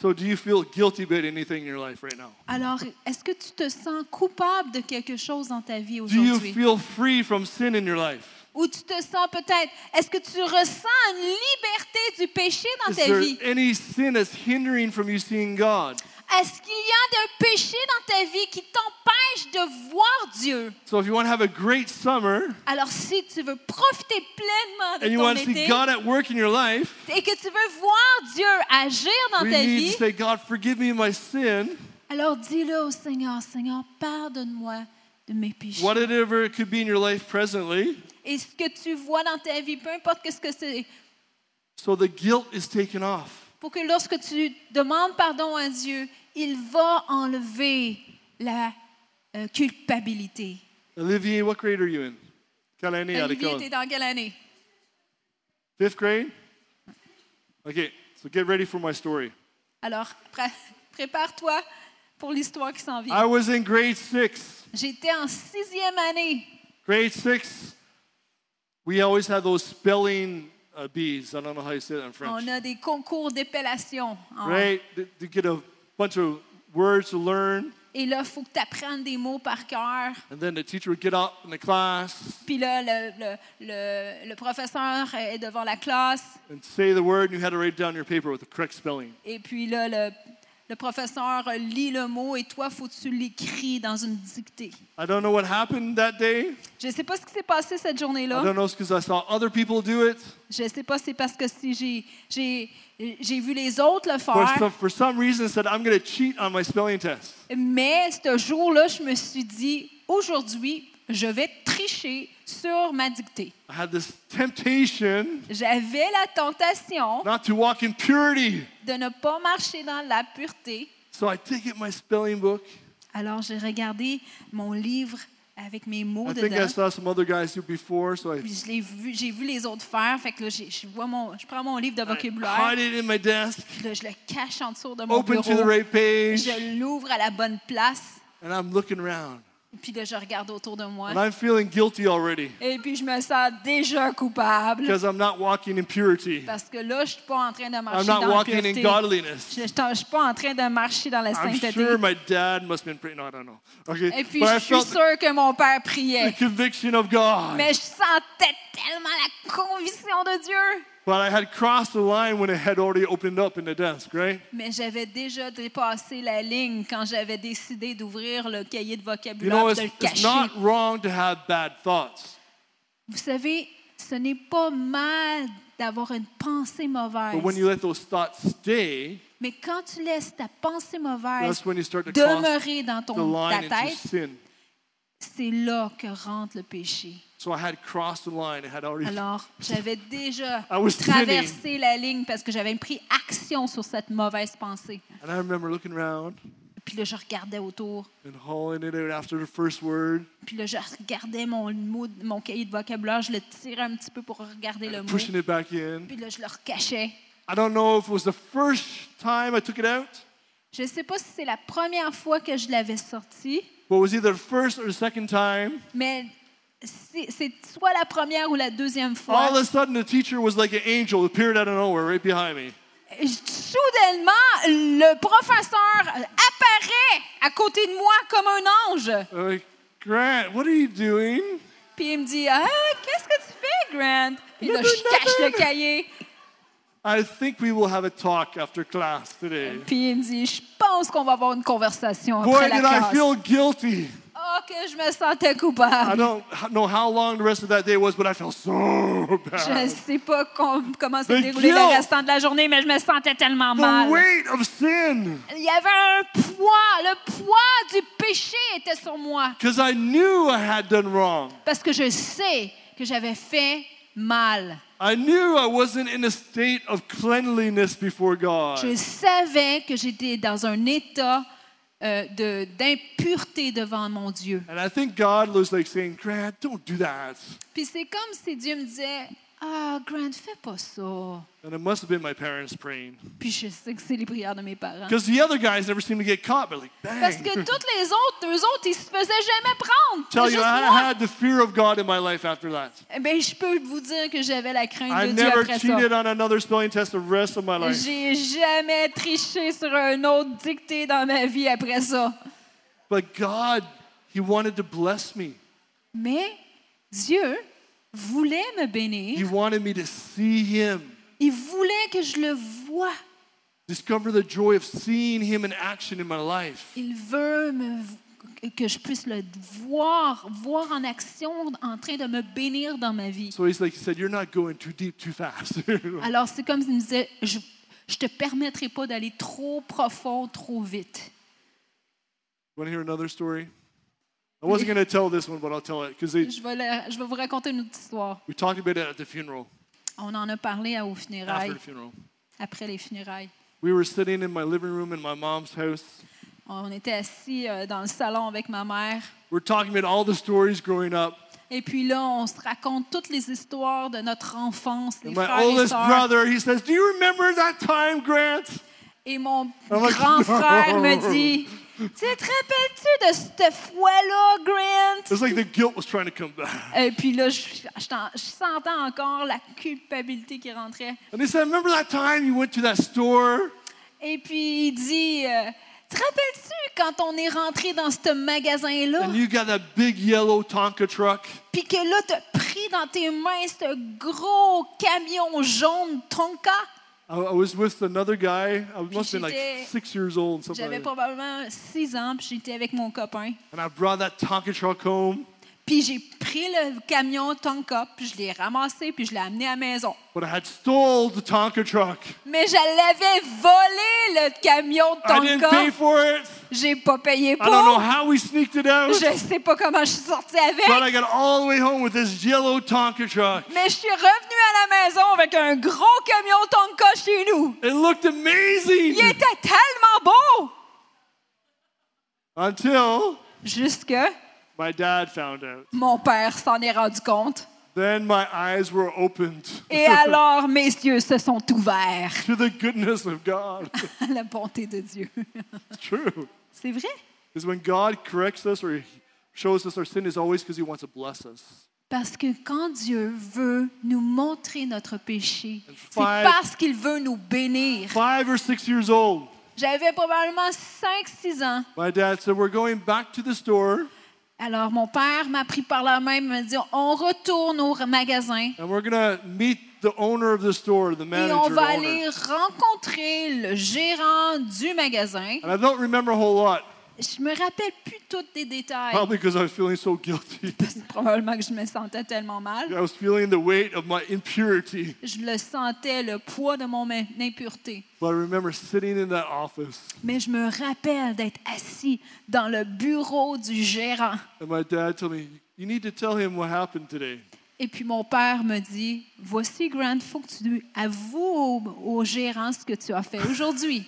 Speaker 1: So do you feel guilty about anything in your life right now?
Speaker 3: Alors, est-ce que tu te sens coupable de quelque chose dans ta vie
Speaker 1: Do you
Speaker 3: aujourd'hui?
Speaker 1: feel free from sin in your life?
Speaker 3: Ou tu te sens peut-être, est-ce que tu ressens une liberté du péché dans
Speaker 1: Is
Speaker 3: ta
Speaker 1: there
Speaker 3: vie?
Speaker 1: any sin that's hindering from you seeing God?
Speaker 3: Est-ce qu'il y a un péché dans ta vie qui t'empêche de voir Dieu?
Speaker 1: So if you want to have a great summer
Speaker 3: Alors, si tu veux profiter pleinement
Speaker 1: and
Speaker 3: de
Speaker 1: you
Speaker 3: ton
Speaker 1: want to see
Speaker 3: été
Speaker 1: God at work in your life,
Speaker 3: et que tu veux voir Dieu agir dans
Speaker 1: we
Speaker 3: ta
Speaker 1: need
Speaker 3: vie,
Speaker 1: to say, God, forgive me my sin,
Speaker 3: alors dis-le au Seigneur, Seigneur, pardonne-moi de mes péchés.
Speaker 1: whatever it could be in your life presently.
Speaker 3: Et ce que tu vois dans ta vie, peu importe ce que c'est,
Speaker 1: So the guilt is taken off.
Speaker 3: pour que lorsque tu demandes pardon à Dieu, il va enlever la euh, culpabilité.
Speaker 1: Olivier, what grade are you in? Quelle année à
Speaker 3: Olivier,
Speaker 1: l'école?
Speaker 3: t'es dans quelle année?
Speaker 1: Fifth grade? Okay, so get ready for my story.
Speaker 3: Alors, pré- prépare-toi pour l'histoire qui s'en vient.
Speaker 1: I was in grade six.
Speaker 3: J'étais en sixième année.
Speaker 1: Grade six, we always had those spelling uh, bees. I don't know how you say that in French.
Speaker 3: On a des concours d'épellation. Ah. en-
Speaker 1: Right? Th- You get a bunch of words to learn,
Speaker 3: Et là, il faut que tu apprennes des mots par cœur.
Speaker 1: and then the teacher would get up in the class
Speaker 3: Puis là, le, le- le- le professeur est devant la classe.
Speaker 1: and say the word, and you had to write down your paper with the correct spelling.
Speaker 3: Et puis là, le, le professeur lit le mot et toi, faut que tu l'écris dans une dictée.
Speaker 1: I don't know what happened that day.
Speaker 3: Je ne sais pas ce qui s'est passé cette
Speaker 1: I don't
Speaker 3: journée-là.
Speaker 1: know because I saw other people do it.
Speaker 3: Je ne sais pas si c'est parce que si j'ai- j'ai j'ai vu les autres le
Speaker 1: For
Speaker 3: faire.
Speaker 1: some, for some reason, said, I'm going to cheat on my spelling test.
Speaker 3: Mais ce jour-là, je me suis dit, aujourd'hui, je vais tricher sur ma dictée.
Speaker 1: I had this temptation
Speaker 3: J'avais la tentation
Speaker 1: not to walk in purity.
Speaker 3: de ne pas marcher dans la pureté.
Speaker 1: So I take out my spelling book.
Speaker 3: Alors, j'ai regardé mon livre avec mes mots
Speaker 1: I think I
Speaker 3: dedans.
Speaker 1: saw some other guys do before, so I,
Speaker 3: Puis je l'ai vu, j'ai vu les autres faire. Fait que là, j'ai- je, vois mon, je prends mon livre de
Speaker 1: I
Speaker 3: vocabulaire.
Speaker 1: hide it in my desk,
Speaker 3: Puis là, je le cache en dessous de mon
Speaker 1: open to the
Speaker 3: bureau.
Speaker 1: right page,
Speaker 3: Je l'ouvre à la bonne place.
Speaker 1: and I'm looking around.
Speaker 3: Puis là, je regarde autour de
Speaker 1: And
Speaker 3: moi.
Speaker 1: I'm feeling guilty already
Speaker 3: Et puis, je me sens déjà coupable.
Speaker 1: because I'm not walking in purity.
Speaker 3: Parce que là, je suis pas en train de marcher
Speaker 1: I'm
Speaker 3: dans
Speaker 1: not
Speaker 3: la
Speaker 1: walking in
Speaker 3: pureté.
Speaker 1: godliness.
Speaker 3: Je ne suis pas en train de marcher dans la
Speaker 1: I'm
Speaker 3: sainteté.
Speaker 1: sure my dad must have been praying. No, I don't know. Okay.
Speaker 3: Et puis,
Speaker 1: But I
Speaker 3: je suis
Speaker 1: felt the,
Speaker 3: sûre que mon père
Speaker 1: the
Speaker 3: priait.
Speaker 1: conviction of God.
Speaker 3: Mais je sentais tellement la conviction de Dieu.
Speaker 1: But I had crossed the line when it had already opened up in the desk, right?
Speaker 3: Mais j'avais déjà dépassé la ligne quand j'avais décidé d'ouvrir le cahier de
Speaker 1: You
Speaker 3: vocabulaire
Speaker 1: know,
Speaker 3: et
Speaker 1: it's,
Speaker 3: de le
Speaker 1: it's
Speaker 3: cacher.
Speaker 1: not wrong to have bad thoughts.
Speaker 3: Vous savez, ce n'est pas mal d'avoir une pensée mauvaise.
Speaker 1: But when you let those thoughts stay,
Speaker 3: Mais quand tu laisses ta pensée mauvaise
Speaker 1: that's when you start to cross
Speaker 3: demeurer dans
Speaker 1: the
Speaker 3: ton, ta
Speaker 1: line into
Speaker 3: tête,
Speaker 1: sin.
Speaker 3: c'est là que rentre le péché.
Speaker 1: So I had crossed the line. I had already.
Speaker 3: Alors, j'avais déjà
Speaker 1: I was
Speaker 3: traversé la ligne parce que j'avais pris action sur cette mauvaise pensée.
Speaker 1: And I remember looking around
Speaker 3: Puis là, je regardais autour.
Speaker 1: and hauling it out after the first word,
Speaker 3: Puis là, je regardais mon, mot, mon cahier de vocabulaire. Je le tirais un petit peu pour regarder le mot.
Speaker 1: pushing it back in.
Speaker 3: Puis là, je le recachais.
Speaker 1: I don't know if it was the first time I took it out,
Speaker 3: Je ne sais pas si c'est la première fois que je l'avais sorti,
Speaker 1: but it was either the first or the second time.
Speaker 3: mais c'est c'est soit la première ou la deuxième fois.
Speaker 1: All of a sudden, the teacher was like an angel, appeared out of nowhere right behind me.
Speaker 3: Je- Soudainement, le professeur apparaît à côté de moi comme un ange.
Speaker 1: I'm like, Grant, what are you doing?
Speaker 3: Puis il me dit Ah, qu'est-ce que tu fais, Grant Puis là,
Speaker 1: Nothing,
Speaker 3: je cache le
Speaker 1: nothing.
Speaker 3: cahier.
Speaker 1: I think we will have a talk after class today.
Speaker 3: Puis il me dit Je pense qu'on va avoir une conversation
Speaker 1: Boy,
Speaker 3: après la
Speaker 1: did I
Speaker 3: classe.
Speaker 1: feel guilty.
Speaker 3: Oh, que je me sentais
Speaker 1: I
Speaker 3: coupable.
Speaker 1: don't know how long the rest of that day was, but I felt so
Speaker 3: Je ne
Speaker 1: bad.
Speaker 3: sais pas com- comment s'est
Speaker 1: The
Speaker 3: déroulé
Speaker 1: Ah. guilt. Oh,
Speaker 3: le restant de la journée, mais je me sentais tellement
Speaker 1: The
Speaker 3: mal.
Speaker 1: weight of sin.
Speaker 3: Il y avait un poids, le poids du péché était sur moi
Speaker 1: because I knew I had done wrong.
Speaker 3: parce que je sais que j'avais fait mal.
Speaker 1: I knew I wasn't in a state of cleanliness before God.
Speaker 3: Je savais que j'étais dans un état euh, de- d'impureté devant mon Dieu.
Speaker 1: And I think God was like saying, Grant, don't do that.
Speaker 3: Puis c'est comme si Dieu me disait Ah, Grant, fais pas ça.
Speaker 1: And it must have been my parents praying.
Speaker 3: Puis je sais que c'est les prières de mes parents.
Speaker 1: Because the other guys never seem to get caught, but like,
Speaker 3: Parce que
Speaker 1: bang.
Speaker 3: toutes les autres, eux autres, ils se faisaient jamais prendre.
Speaker 1: Tell
Speaker 3: Juste
Speaker 1: you, I
Speaker 3: moi.
Speaker 1: had the fear of God in my life after that.
Speaker 3: Eh ben, je peux vous dire que j'avais la crainte
Speaker 1: I
Speaker 3: de Dieu
Speaker 1: never
Speaker 3: après ça.
Speaker 1: cheated on another spelling test the rest of my life.
Speaker 3: J'ai jamais triché sur un autre dicté dans ma vie après ça.
Speaker 1: But God, He wanted to bless me.
Speaker 3: Mais Dieu voulait me bénir.
Speaker 1: He wanted me to see Him,
Speaker 3: Il voulait que je le voie.
Speaker 1: discover the joy of seeing Him in action in my life.
Speaker 3: Il veut me- que je puisse le voir, voir en action, en train de me bénir dans ma vie.
Speaker 1: So He's like, He said, You're not going too deep too fast.
Speaker 3: Alors c'est comme s'il me disait, je ne te permettrai pas d'aller trop profond, trop vite.
Speaker 1: Want to hear another story? I wasn't going to tell this one, but I'll tell it because we
Speaker 3: Je vais, la- je vais vous raconter une autre histoire.
Speaker 1: talked about it at the funeral,
Speaker 3: On en a parlé à- aux
Speaker 1: after
Speaker 3: funérailles,
Speaker 1: the funeral.
Speaker 3: après les funérailles.
Speaker 1: We were sitting in my living room in my mom's house.
Speaker 3: On était assis euh, dans le salon avec ma mère.
Speaker 1: We're talking about all the stories growing up.
Speaker 3: Et puis là, on se raconte toutes les histoires de notre enfance, les
Speaker 1: And my
Speaker 3: frères et
Speaker 1: oldest
Speaker 3: sœurs.
Speaker 1: brother, he says, Do you remember that time, Grant?
Speaker 3: Et mon
Speaker 1: I'm like,
Speaker 3: grand
Speaker 1: "No."
Speaker 3: frère me dit, tu te rappelles-tu de cette fois-là, Grant?
Speaker 1: It's like the guilt was trying to come back.
Speaker 3: Et puis là, je, je t'en- je sentais encore la culpabilité qui rentrait.
Speaker 1: And he said, Remember that time you went to that store?
Speaker 3: Et puis il dit, euh, te rappelles-tu quand on est rentré dans ce magasin-là?
Speaker 1: And you got that big yellow Tonka truck?
Speaker 3: Puis que là, t'as pris dans tes mains ce gros camion jaune Tonka.
Speaker 1: I, I was with another guy. I must have been
Speaker 3: j'étais-
Speaker 1: like six years old, and something
Speaker 3: J'avais
Speaker 1: like that.
Speaker 3: probablement six ans, puis j'étais avec mon copain.
Speaker 1: And I brought that Tonka truck home,
Speaker 3: Puis j'ai pris le camion Tonka, puis je l'ai ramassé, puis je l'ai amené à la maison.
Speaker 1: but I had stole the Tonka truck.
Speaker 3: Mais je l'avais volé, le camion
Speaker 1: I didn't pay
Speaker 3: Tonka.
Speaker 1: for it.
Speaker 3: J'ai pas payé
Speaker 1: I don't know
Speaker 3: pour.
Speaker 1: how we sneaked it out,
Speaker 3: Je sais pas comment je suis sortie avec.
Speaker 1: but I got all the way home with this yellow Tonka truck.
Speaker 3: Mais je suis revenue à la maison avec un gros camion Tonka chez nous.
Speaker 1: It looked amazing
Speaker 3: Il était tellement beau!
Speaker 1: until
Speaker 3: Jusque
Speaker 1: my dad found out.
Speaker 3: mon père s'en est rendu compte.
Speaker 1: Then my eyes were opened
Speaker 3: Et alors mes yeux se sont ouverts
Speaker 1: to the goodness of God.
Speaker 3: à la bonté de Dieu.
Speaker 1: It's true.
Speaker 3: C'est vrai?
Speaker 1: Because when God corrects us or he shows us our sin, is always because He wants to bless us.
Speaker 3: Parce que quand Dieu veut nous montrer notre péché, c'est
Speaker 1: five-
Speaker 3: parce qu'il veut nous bénir.
Speaker 1: Five or six years old,
Speaker 3: J'avais probablement 5-6 ans.
Speaker 1: my dad said, We're going back to the store
Speaker 3: Alors mon père m'a pris par la main et m'a dit, on retourne au magasin
Speaker 1: and we're going to meet the owner of the store, the
Speaker 3: et
Speaker 1: manager.
Speaker 3: on
Speaker 1: the
Speaker 3: va
Speaker 1: owner."
Speaker 3: aller rencontrer le gérant du magasin.
Speaker 1: And I don't remember a whole lot,
Speaker 3: Je me rappelle plus tous les détails.
Speaker 1: probably because I was feeling so guilty.
Speaker 3: parce que probablement que je me sentais tellement mal.
Speaker 1: I was feeling the weight of my impurity.
Speaker 3: Je le sentais, le poids de mon im- impureté.
Speaker 1: But I remember sitting in that office
Speaker 3: Mais je me rappelle d'être assis dans le bureau du gérant.
Speaker 1: and my dad told me, You need to tell him what happened today.
Speaker 3: Et puis mon père me dit, voici Grant, faut que tu avoues au, au gérant ce que tu as fait aujourd'hui.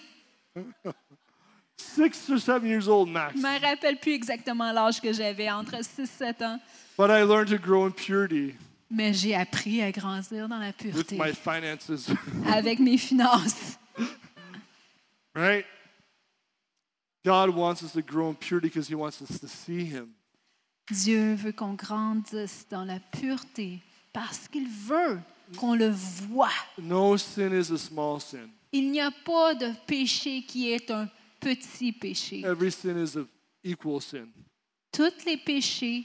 Speaker 1: Six or seven years old, max.
Speaker 3: Je me rappelle plus exactement l'âge que j'avais, entre 6 et 7 ans.
Speaker 1: But I learned to grow in purity
Speaker 3: Mais j'ai appris à grandir dans la
Speaker 1: with
Speaker 3: pureté
Speaker 1: my finances,
Speaker 3: avec mes finances.
Speaker 1: right? God wants us to grow in purity because He wants us to see Him.
Speaker 3: Dieu veut qu'on grandisse dans la pureté parce qu'il veut qu'on le voie.
Speaker 1: No sin is a small sin.
Speaker 3: Il n'y a pas de péché qui est un petit péché.
Speaker 1: Every sin is an equal sin.
Speaker 3: Tous les péchés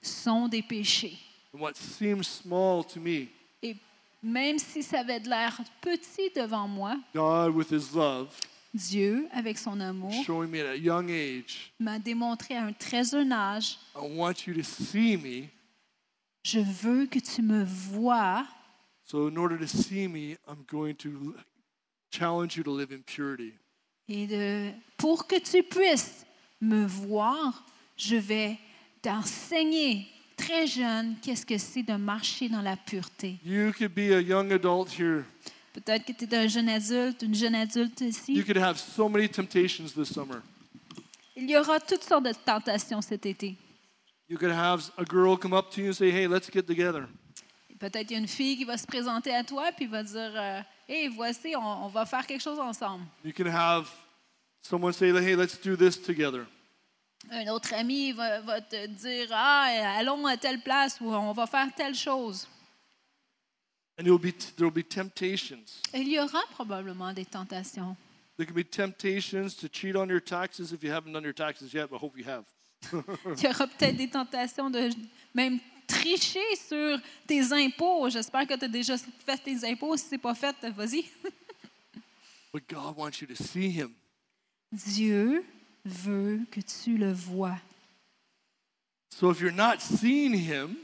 Speaker 3: sont des péchés.
Speaker 1: And what seems small to me,
Speaker 3: Et même si ça avait de l'air petit devant moi,
Speaker 1: God, with His love,
Speaker 3: Dieu, avec son amour,
Speaker 1: showing me at a young age,
Speaker 3: m'a démontré à un très jeune âge,
Speaker 1: I want you to see me.
Speaker 3: je veux que tu me vois.
Speaker 1: So, in order to see me, I'm going to challenge you to live in purity.
Speaker 3: Et de, pour que tu puisses me voir, je vais t'enseigner très jeune qu'est-ce que c'est de marcher dans la pureté.
Speaker 1: You could be a young adult here.
Speaker 3: Peut-être que tu es un jeune adulte, une jeune adulte
Speaker 1: You
Speaker 3: ici.
Speaker 1: could have so many temptations this summer.
Speaker 3: Il y aura toutes sortes de tentations cet été.
Speaker 1: You could have a girl come up to you and say, Hey, let's get together.
Speaker 3: Et Peut-être qu'il y a une fille qui va se présenter à toi puis va dire euh, Hey, voici, on, on va faire quelque chose ensemble.
Speaker 1: You can have someone say, Hey, let's do this together.
Speaker 3: Un autre ami va, va te dire Ah, allons à telle place ou on va faire telle chose.
Speaker 1: And there will be, there will be temptations.
Speaker 3: Il y aura probablement des tentations.
Speaker 1: There can be temptations to cheat on your taxes if you haven't done your taxes yet, but hope you have.
Speaker 3: Il y aura peut-être des tentations de même tricher sur tes impôts. J'espère que tu as déjà fait tes impôts. Si ce n'est pas fait, vas-y.
Speaker 1: But God wants you to see Him.
Speaker 3: Dieu veut que tu le vois.
Speaker 1: So if you're not seeing Him,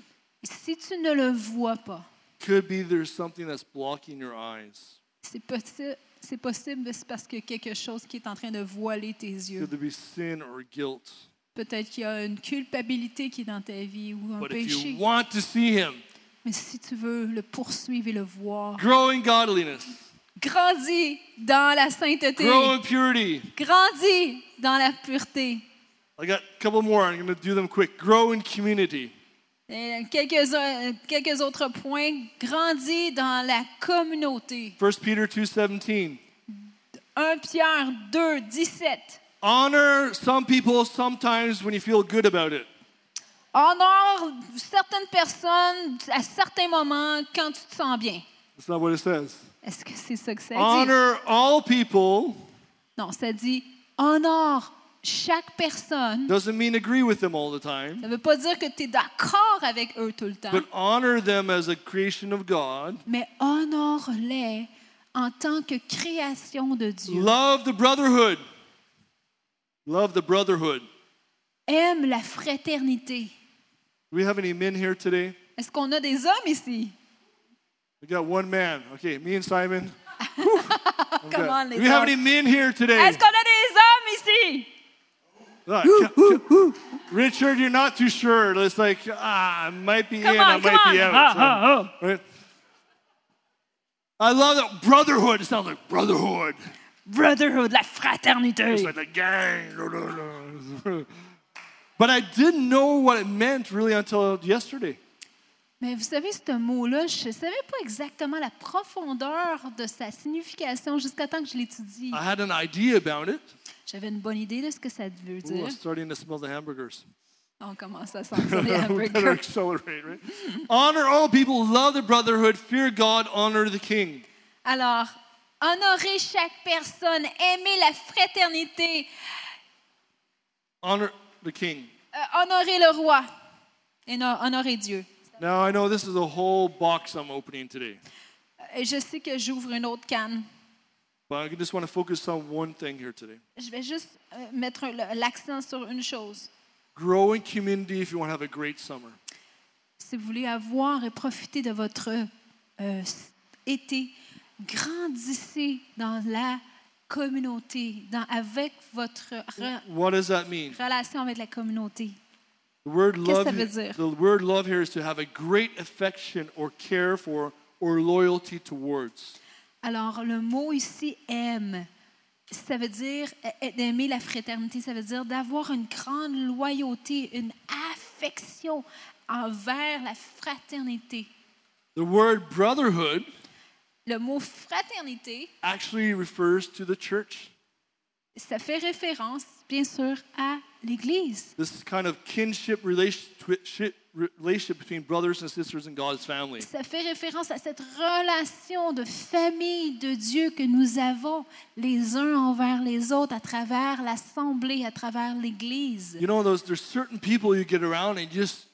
Speaker 3: Si tu ne le vois pas,
Speaker 1: could be there's something that's blocking your eyes.
Speaker 3: c'est possible. C'est possible, mais c'est parce que quelque chose qui est en train de voiler tes yeux.
Speaker 1: Could there be sin or guilt?
Speaker 3: Peut-être qu'il y a une culpabilité qui est dans ta vie ou un
Speaker 1: But if
Speaker 3: péché.
Speaker 1: you want to see Him,
Speaker 3: Mais si tu veux le poursuivre et le voir,
Speaker 1: grow in godliness,
Speaker 3: grandis dans la sainteté,
Speaker 1: grow in purity.
Speaker 3: grandis dans la pureté.
Speaker 1: I got a couple more. I'm going to do them quick. Grow in community.
Speaker 3: Et quelques, euh, quelques autres points. Grandis dans la communauté.
Speaker 1: 1 Peter 2:17.
Speaker 3: 1 Pierre 2, 17.
Speaker 1: Honor some people sometimes when you feel good about it.
Speaker 3: Honore certaines personnes à certains moments quand tu te sens bien.
Speaker 1: That's not what it says.
Speaker 3: Est-ce que c'est ça que ça dit?
Speaker 1: Honor all people
Speaker 3: Non, ça dit honore chaque personne.
Speaker 1: doesn't mean agree with them all the time,
Speaker 3: Ça ne veut pas dire que tu es d'accord avec eux tout le temps,
Speaker 1: but honor them as a creation of God.
Speaker 3: mais honore-les en tant que création de Dieu.
Speaker 1: Love the brotherhood. Love the brotherhood.
Speaker 3: Aime la fraternité.
Speaker 1: Do we have any men here today?
Speaker 3: Est-ce qu'on a des hommes ici?
Speaker 1: We got one man. Okay, me and Simon. We
Speaker 3: Come on,
Speaker 1: got-
Speaker 3: les
Speaker 1: Do we have
Speaker 3: hommes.
Speaker 1: any men here today?
Speaker 3: Est-ce qu'on a des hommes ici?
Speaker 1: Look, ca- ca- Richard, you're not too sure. It's like, ah, I might be
Speaker 3: Come
Speaker 1: in,
Speaker 3: on,
Speaker 1: I
Speaker 3: come
Speaker 1: might be
Speaker 3: on. Uh,
Speaker 1: out. Right? I love that brotherhood. It sounds like brotherhood.
Speaker 3: Brotherhood, la fraternité.
Speaker 1: It's like the gang. but I didn't know what it meant really until yesterday.
Speaker 3: Mais vous savez, ce mot-là, je ne savais pas exactement la profondeur de sa signification jusqu'à temps que je l'étudie.
Speaker 1: I had an idea about it.
Speaker 3: J'avais une bonne idée de ce que ça veut
Speaker 1: Ooh,
Speaker 3: dire.
Speaker 1: I'm starting to smell the hamburgers.
Speaker 3: On commence à sentir
Speaker 1: we
Speaker 3: les
Speaker 1: better
Speaker 3: hamburgers.
Speaker 1: accelerate, right? honor all people, love the brotherhood, fear God, honor the king.
Speaker 3: Alors, honorer chaque personne, aimer la fraternité,
Speaker 1: Honor the king.
Speaker 3: euh, honorer le roi et no- honorer Dieu.
Speaker 1: Now I know this is a whole box I'm opening today,
Speaker 3: Et Euh, je sais que j'ouvre une autre canne.
Speaker 1: but I just want to focus on one thing here today.
Speaker 3: Je vais juste euh, mettre le- l'accent sur une chose.
Speaker 1: Grow in community if you want to have a great summer.
Speaker 3: si vous voulez avoir et profiter de votre euh, été, grandissez dans la communauté, dans, avec votre re-
Speaker 1: What does that mean?
Speaker 3: relation avec la communauté.
Speaker 1: The word
Speaker 3: Qu'est-ce que
Speaker 1: love.
Speaker 3: ça veut dire?
Speaker 1: The word love here is to have a great affection or care for or loyalty towards.
Speaker 3: Alors, le mot ici aime, ça veut dire euh, d'aimer la fraternité, ça veut dire d'avoir une grande loyauté, une affection envers la fraternité.
Speaker 1: The word brotherhood
Speaker 3: Le mot fraternité,
Speaker 1: actually refers to the church.
Speaker 3: ça fait référence, bien sûr, à l'Église.
Speaker 1: This kind of kinship relationship, relationship between brothers and sisters in God's family.
Speaker 3: Ça fait référence à cette relation de famille de Dieu que nous avons les uns envers les autres à travers l'assemblée, à travers l'Église.
Speaker 1: You know, those there's certain people you get around and you just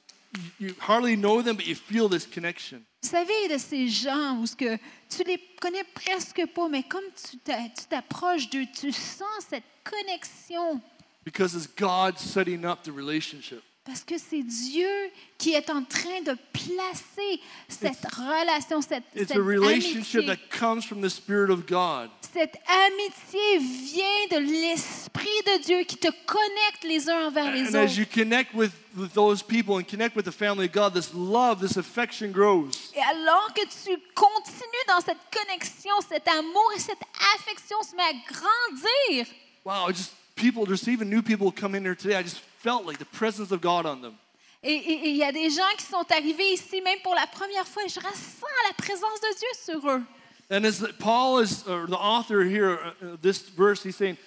Speaker 1: you, you hardly know them, but you feel this connection.
Speaker 3: Vous savez, de ces gens où ce que tu les connais presque pas, mais comme tu t'a- tu t'approches d'eux, tu sens cette connexion
Speaker 1: Because it's God setting up the relationship.
Speaker 3: Parce que c'est Dieu qui est en train de placer cette relation, cette,
Speaker 1: It's
Speaker 3: cette
Speaker 1: a relationship
Speaker 3: amitié.
Speaker 1: that comes from the Spirit of God.
Speaker 3: Cette amitié vient de l'Esprit de Dieu qui te connecte les uns envers les
Speaker 1: And as
Speaker 3: autres.
Speaker 1: you connect with, with those people and connect with the family of God, this love, this affection grows.
Speaker 3: Et alors que tu continues dans cette connexion, cet amour et cette affection se met à grandir.
Speaker 1: Wow, just people, just even new people come in here today. I just felt like the presence of God on them.
Speaker 3: Et- Et et il y a des gens qui sont arrivés ici même pour la première fois et je ressens la présence de Dieu sur eux.
Speaker 1: And as Paul is, or the author here, uh, uh, this verse, he's saying,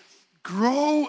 Speaker 1: grow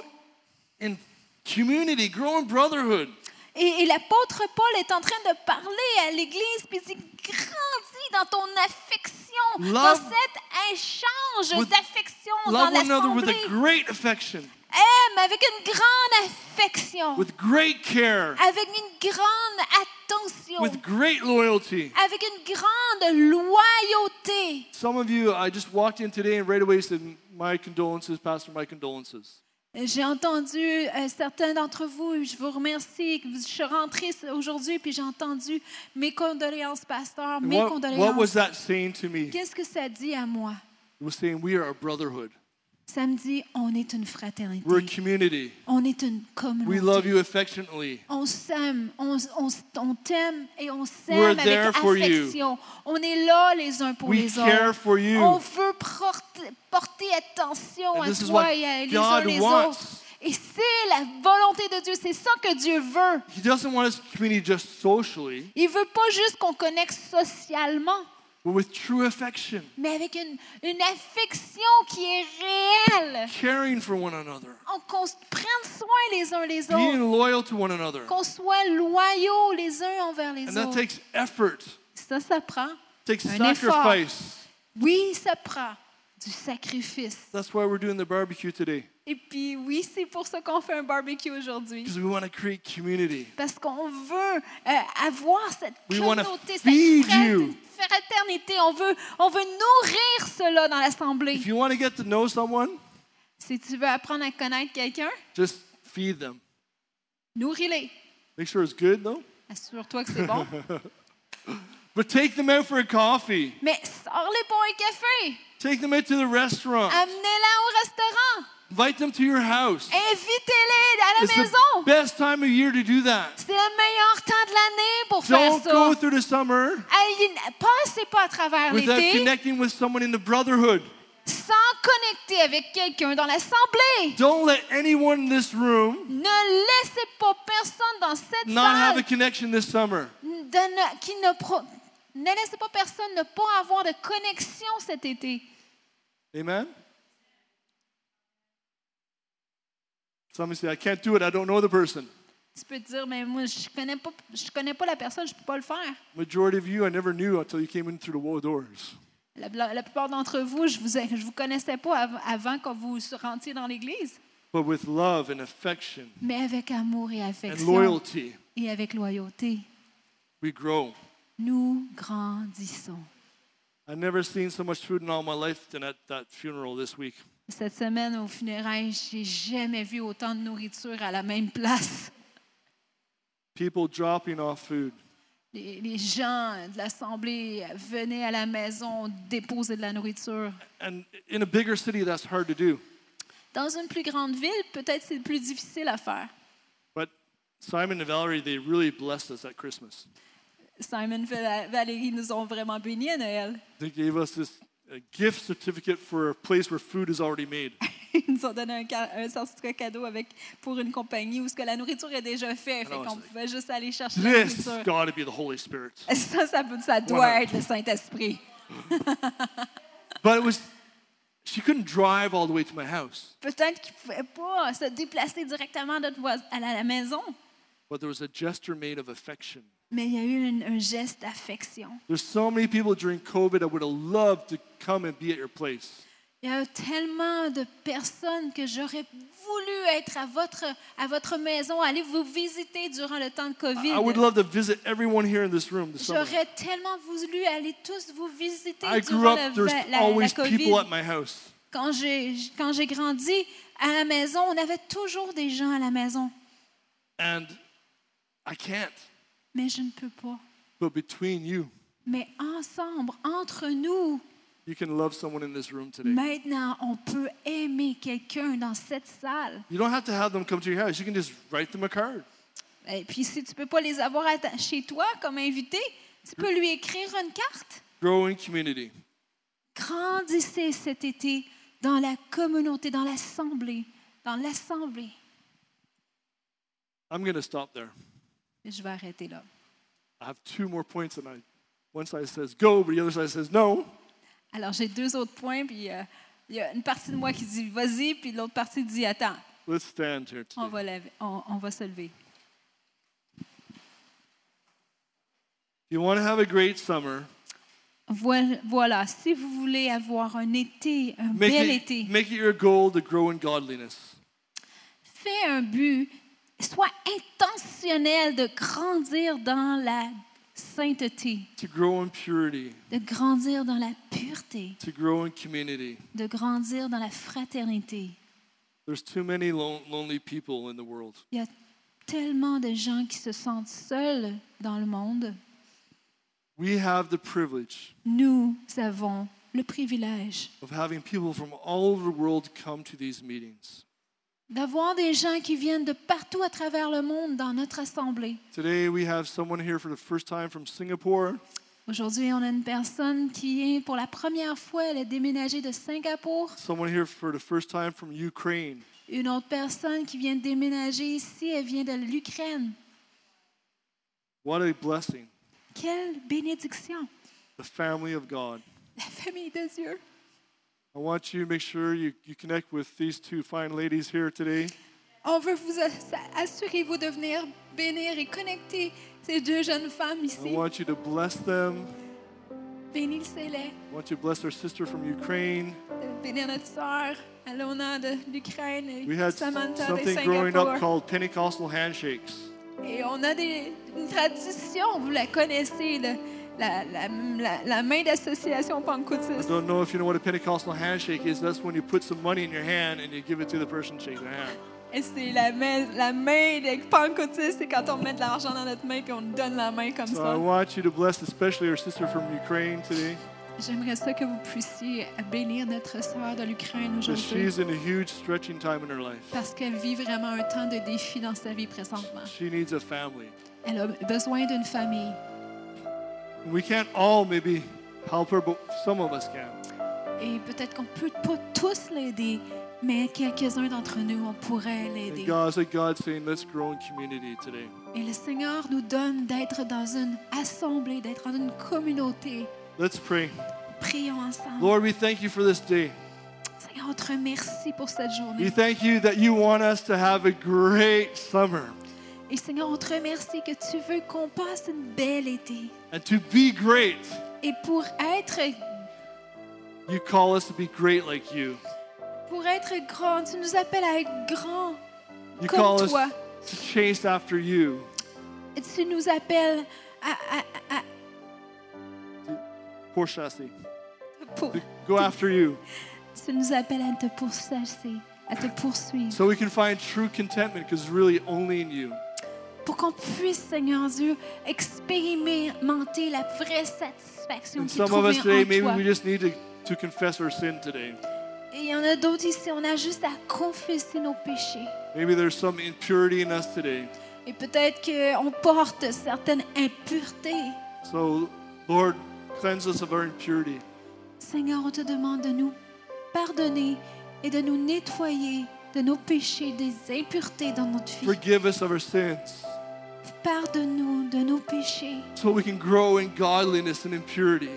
Speaker 1: in community, grow in brotherhood.
Speaker 3: Et, et l'apôtre Paul est en train de parler à l'Église, puis il dit, grandis dans ton affection, dans
Speaker 1: Love-
Speaker 3: cet échange
Speaker 1: with-
Speaker 3: d'affection dans
Speaker 1: Love one another with
Speaker 3: l'assemblée.
Speaker 1: a great affection,
Speaker 3: Aime avec une grande affection,
Speaker 1: with great care,
Speaker 3: avec une grande attention,
Speaker 1: with great loyalty.
Speaker 3: avec une grande loyauté.
Speaker 1: Some of you, I just walked in today and right away said, My condolences, Pastor, my condolences.
Speaker 3: J'ai entendu euh, certains d'entre vous, je vous remercie, que vous- je suis rentrée aujourd'hui, puis j'ai entendu mes condoléances, pasteur,
Speaker 1: And
Speaker 3: mes
Speaker 1: what, what was
Speaker 3: condoléances.
Speaker 1: that saying to me? It
Speaker 3: Qu'est-ce que ça dit à moi?
Speaker 1: was saying, We are a brotherhood,
Speaker 3: Ça me dit, on est une fraternité.
Speaker 1: we're a community.
Speaker 3: On est une communauté.
Speaker 1: We love you affectionately.
Speaker 3: On s'aime, on, on, on t'aime et on
Speaker 1: We're
Speaker 3: s'aime avec
Speaker 1: there for you.
Speaker 3: affection. On est là les uns pour
Speaker 1: We
Speaker 3: les
Speaker 1: care
Speaker 3: autres.
Speaker 1: for you.
Speaker 3: On veut porter, porter attention
Speaker 1: And
Speaker 3: à
Speaker 1: this is
Speaker 3: toi
Speaker 1: what
Speaker 3: et à les uns
Speaker 1: God
Speaker 3: les
Speaker 1: wants.
Speaker 3: autres. Et c'est la volonté de Dieu, c'est ça que Dieu veut.
Speaker 1: He doesn't want us to community just socially,
Speaker 3: Il veut pas juste qu'on connecte socialement,
Speaker 1: but with true affection,
Speaker 3: mais avec une, une affection qui est réelle.
Speaker 1: caring for one another,
Speaker 3: On- Qu'on se prenne soin les uns les autres.
Speaker 1: being loyal to one another.
Speaker 3: qu'on soit loyaux les uns envers les
Speaker 1: And that
Speaker 3: autres.
Speaker 1: takes effort,
Speaker 3: Ça, ça prend.
Speaker 1: takes
Speaker 3: Un effort.
Speaker 1: sacrifice.
Speaker 3: Oui, ça prend du sacrifice.
Speaker 1: That's why we're doing the barbecue today,
Speaker 3: Et puis oui, c'est pour ça qu'on fait un barbecue aujourd'hui.
Speaker 1: because we want to create community.
Speaker 3: Parce qu'on veut euh, avoir cette
Speaker 1: We wanna
Speaker 3: communauté, cette
Speaker 1: feed
Speaker 3: frat-
Speaker 1: you.
Speaker 3: fraternité. On veut, on veut nourrir cela dans l'Assemblée.
Speaker 1: If you want to get to know someone,
Speaker 3: Si tu veux apprendre à connaître quelqu'un,
Speaker 1: just feed them.
Speaker 3: nourris-les.
Speaker 1: Make sure it's good though.
Speaker 3: Assure-toi que c'est bon.
Speaker 1: But take them out for a coffee.
Speaker 3: Mais sors-les pour un café.
Speaker 1: Take them out to the restaurant.
Speaker 3: Um, Amenez-la au restaurant.
Speaker 1: Invite them to your house.
Speaker 3: Invitez-les à la
Speaker 1: It's the
Speaker 3: maison.
Speaker 1: best time of year to do that.
Speaker 3: C'est le meilleur temps de l'année pour
Speaker 1: Don't
Speaker 3: faire ça.
Speaker 1: go through the summer
Speaker 3: Allez, Passez pas à travers
Speaker 1: without
Speaker 3: l'été
Speaker 1: connecting with someone in the brotherhood.
Speaker 3: sans connecter avec quelqu'un dans l'assemblée.
Speaker 1: Don't let anyone in this room
Speaker 3: Ne laissez pas personne dans cette
Speaker 1: not have a
Speaker 3: salle
Speaker 1: connection this summer.
Speaker 3: de ne- qui ne pro- ne laissez pas personne ne pas avoir de connexion cet été.
Speaker 1: Amen? Somebody say, I can't do it. I don't know the person.
Speaker 3: Tu peux te dire mais moi je connais pas je connais pas la personne, je peux pas le faire.
Speaker 1: Majority of you, I never knew until you came in through the wall doors.
Speaker 3: La, la- la plupart d'entre vous, je vous je vous connaissais pas av- avant quand vous rentiez dans l'église,
Speaker 1: But with love and affection
Speaker 3: mais avec amour et
Speaker 1: and
Speaker 3: affection
Speaker 1: loyalty,
Speaker 3: et avec loyauté.
Speaker 1: we grow.
Speaker 3: nous grandissons.
Speaker 1: I've never seen so much food in all my life than at that funeral this week.
Speaker 3: Cette semaine, au funérailles, j'ai jamais vu autant de nourriture à la même place.
Speaker 1: People dropping off food.
Speaker 3: Les, les gens de l'Assemblée venaient à la maison déposer de la nourriture.
Speaker 1: And in a bigger city, that's hard to do.
Speaker 3: Dans une plus grande ville, peut-être c'est plus difficile à faire.
Speaker 1: But Simon and Valerie, they really blessed us at Christmas.
Speaker 3: Simon et Valérie nous ont vraiment bénis à Noël.
Speaker 1: They gave us this uh, gift certificate for a place where food is already made.
Speaker 3: Ils nous ont donné un, ca- un certificat cadeau avec, pour une compagnie où ce que la nourriture est déjà faite. Fait
Speaker 1: Alors,
Speaker 3: qu'on
Speaker 1: Ah c'est-
Speaker 3: pouvait juste aller chercher la
Speaker 1: This has
Speaker 3: nourriture.
Speaker 1: got to be the Holy Spirit.
Speaker 3: Ça, ça, peut- ça doit
Speaker 1: Voilà.
Speaker 3: être le Saint-Esprit.
Speaker 1: But it was, she couldn't drive all the way to my house,
Speaker 3: Peut-être qu'ils ne pouvaient pas se déplacer directement de toi à la à la maison.
Speaker 1: but there was a gesture made of affection.
Speaker 3: Mais il y a eu un, un geste d'affection.
Speaker 1: There's so many people during COVID I would have loved to come and be at your place.
Speaker 3: Il y a eu tellement de personnes que j'aurais voulu être à votre, à votre maison, aller vous visiter durant le temps de
Speaker 1: I would
Speaker 3: COVID.
Speaker 1: love to visit everyone here in this room this summer.
Speaker 3: J'aurais tellement voulu aller tous vous visiter
Speaker 1: I grew
Speaker 3: durant
Speaker 1: up,
Speaker 3: le,
Speaker 1: there's
Speaker 3: va- la, la
Speaker 1: always
Speaker 3: COVID.
Speaker 1: people at my house.
Speaker 3: Quand j'ai quand j'ai grandi à la maison, on avait toujours des gens à la maison.
Speaker 1: And I can't.
Speaker 3: mais je ne peux pas.
Speaker 1: But between you,
Speaker 3: Mais ensemble, entre nous,
Speaker 1: you can love someone in this room today.
Speaker 3: maintenant, on peut aimer quelqu'un dans cette salle.
Speaker 1: You don't have to have them come to your house. You can just write them a card.
Speaker 3: Et puis, si tu ne peux pas les avoir à ta- chez toi comme invité, tu peux lui écrire une carte.
Speaker 1: Grow in community.
Speaker 3: Grandissez cet été dans la communauté, dans l'assemblée, dans l'assemblée.
Speaker 1: I'm going to stop there.
Speaker 3: Je vais arrêter là.
Speaker 1: I have two more points, and I, one side says go, but the other side says no.
Speaker 3: Alors, j'ai deux autres points, puis euh, il y a une partie de moi qui dit vas-y, puis l'autre partie dit attends,
Speaker 1: Let's stand here
Speaker 3: on
Speaker 1: today.
Speaker 3: va, laver- on- on va se lever.
Speaker 1: If you want to have a great summer,
Speaker 3: Voi- Voilà, si vous voulez avoir un été, un
Speaker 1: make
Speaker 3: bel
Speaker 1: it,
Speaker 3: été,
Speaker 1: make it your goal to grow in godliness.
Speaker 3: fais un but, sois intentionnel de grandir dans la sainteté,
Speaker 1: to grow in purity,
Speaker 3: de grandir dans la pureté,
Speaker 1: to grow in community.
Speaker 3: de grandir dans la fraternité.
Speaker 1: There's too many lon- lonely people in the world.
Speaker 3: Il y a tellement de gens qui se sentent seuls dans le monde.
Speaker 1: We have the privilege
Speaker 3: Nous avons le privilège
Speaker 1: of having people from all over the world come to these meetings.
Speaker 3: d'avoir des gens qui viennent de partout à travers le monde dans notre assemblée.
Speaker 1: Today we have someone here for the first time from Singapore.
Speaker 3: Aujourd'hui, on a une personne qui est, pour la première fois, elle a déménagé de Singapour.
Speaker 1: Someone here for the first time from Ukraine.
Speaker 3: Une autre personne qui vient de déménager ici, elle vient de l'Ukraine.
Speaker 1: What a blessing.
Speaker 3: Quelle bénédiction!
Speaker 1: The family of God.
Speaker 3: La famille de Dieu.
Speaker 1: I want you to make sure you, you connect with these two fine ladies here today.
Speaker 3: On veut vous assurez-vous de venir bénir et connecter ces deux jeunes femmes
Speaker 1: I
Speaker 3: ici.
Speaker 1: want you to bless them.
Speaker 3: Bénissez-les.
Speaker 1: I want you to bless our sister from Ukraine.
Speaker 3: de Bénir notre sœur Alona de l'Ukraine
Speaker 1: We
Speaker 3: et
Speaker 1: had
Speaker 3: Samantha de
Speaker 1: something growing up
Speaker 3: Singapour.
Speaker 1: called Pentecostal handshakes.
Speaker 3: Et on a des, une tradition, vous la connaissez, le- la, la- la- la main d'association
Speaker 1: I
Speaker 3: pentecôtiste.
Speaker 1: don't know if you know what a Pentecostal handshake is. That's when you put some money in your hand and you give it to the person, shake their hand.
Speaker 3: Et c'est la main, la main des pentecôtistes, c'est quand on met de l'argent dans notre main et on nous donne la main comme
Speaker 1: So I
Speaker 3: ça.
Speaker 1: want you to bless especially our sister from Ukraine today.
Speaker 3: J'aimerais ça que vous puissiez bénir notre sœur de l'Ukraine
Speaker 1: 'cause
Speaker 3: aujourd'hui
Speaker 1: she's in a huge stretching time in her life.
Speaker 3: parce qu'elle vit vraiment un temps de défi dans sa vie présentement.
Speaker 1: She needs a family.
Speaker 3: Elle a besoin d'une famille.
Speaker 1: We can't all maybe help her, but some of us can.
Speaker 3: Et peut-être qu'on ne peut pas tous l'aider, mais quelques-uns d'entre nous, on pourrait
Speaker 1: And
Speaker 3: l'aider.
Speaker 1: God's like God saying, let's grow in community today.
Speaker 3: Et le Seigneur nous donne d'être dans une assemblée, d'être dans une communauté.
Speaker 1: Let's pray.
Speaker 3: Prions ensemble.
Speaker 1: Lord, we thank you for this day.
Speaker 3: Seigneur, on te remercie pour cette
Speaker 1: We
Speaker 3: journée.
Speaker 1: thank you that you want us to have a great summer
Speaker 3: Et Seigneur, on te remercie que tu veux qu'on passe une belle été.
Speaker 1: and to be great.
Speaker 3: Et pour être,
Speaker 1: You call us to be great like you.
Speaker 3: pour être grand, tu nous appelles à être grand.
Speaker 1: You
Speaker 3: Comme
Speaker 1: call us
Speaker 3: toi.
Speaker 1: to chase after you,
Speaker 3: Et tu nous appelles à, à- à-
Speaker 1: poor chassis.
Speaker 3: à- pour-
Speaker 1: To go after you
Speaker 3: tu nous appelles à te pourchasser, à te poursuivre.
Speaker 1: so we can find true contentment because really only in you.
Speaker 3: Pour qu'on puisse, Seigneur Dieu, expérimenter la vraie satisfaction
Speaker 1: And
Speaker 3: qui est
Speaker 1: some of us
Speaker 3: trouvée
Speaker 1: today,
Speaker 3: en
Speaker 1: maybe
Speaker 3: toi.
Speaker 1: we just need to, to confess our sin today.
Speaker 3: Et il y en a d'autres ici, on a juste à confesser nos péchés.
Speaker 1: Maybe there's some impurity in us today.
Speaker 3: Et peut-être qu'on porte certaines impuretés.
Speaker 1: So, Lord, cleanse us of our impurity.
Speaker 3: Seigneur, on te demande de nous pardonner et de nous nettoyer de nos péchés, des impuretés dans notre vie.
Speaker 1: Forgive us of our sins
Speaker 3: Pardonne-nous de nos péchés
Speaker 1: so we can grow in godliness and impurity.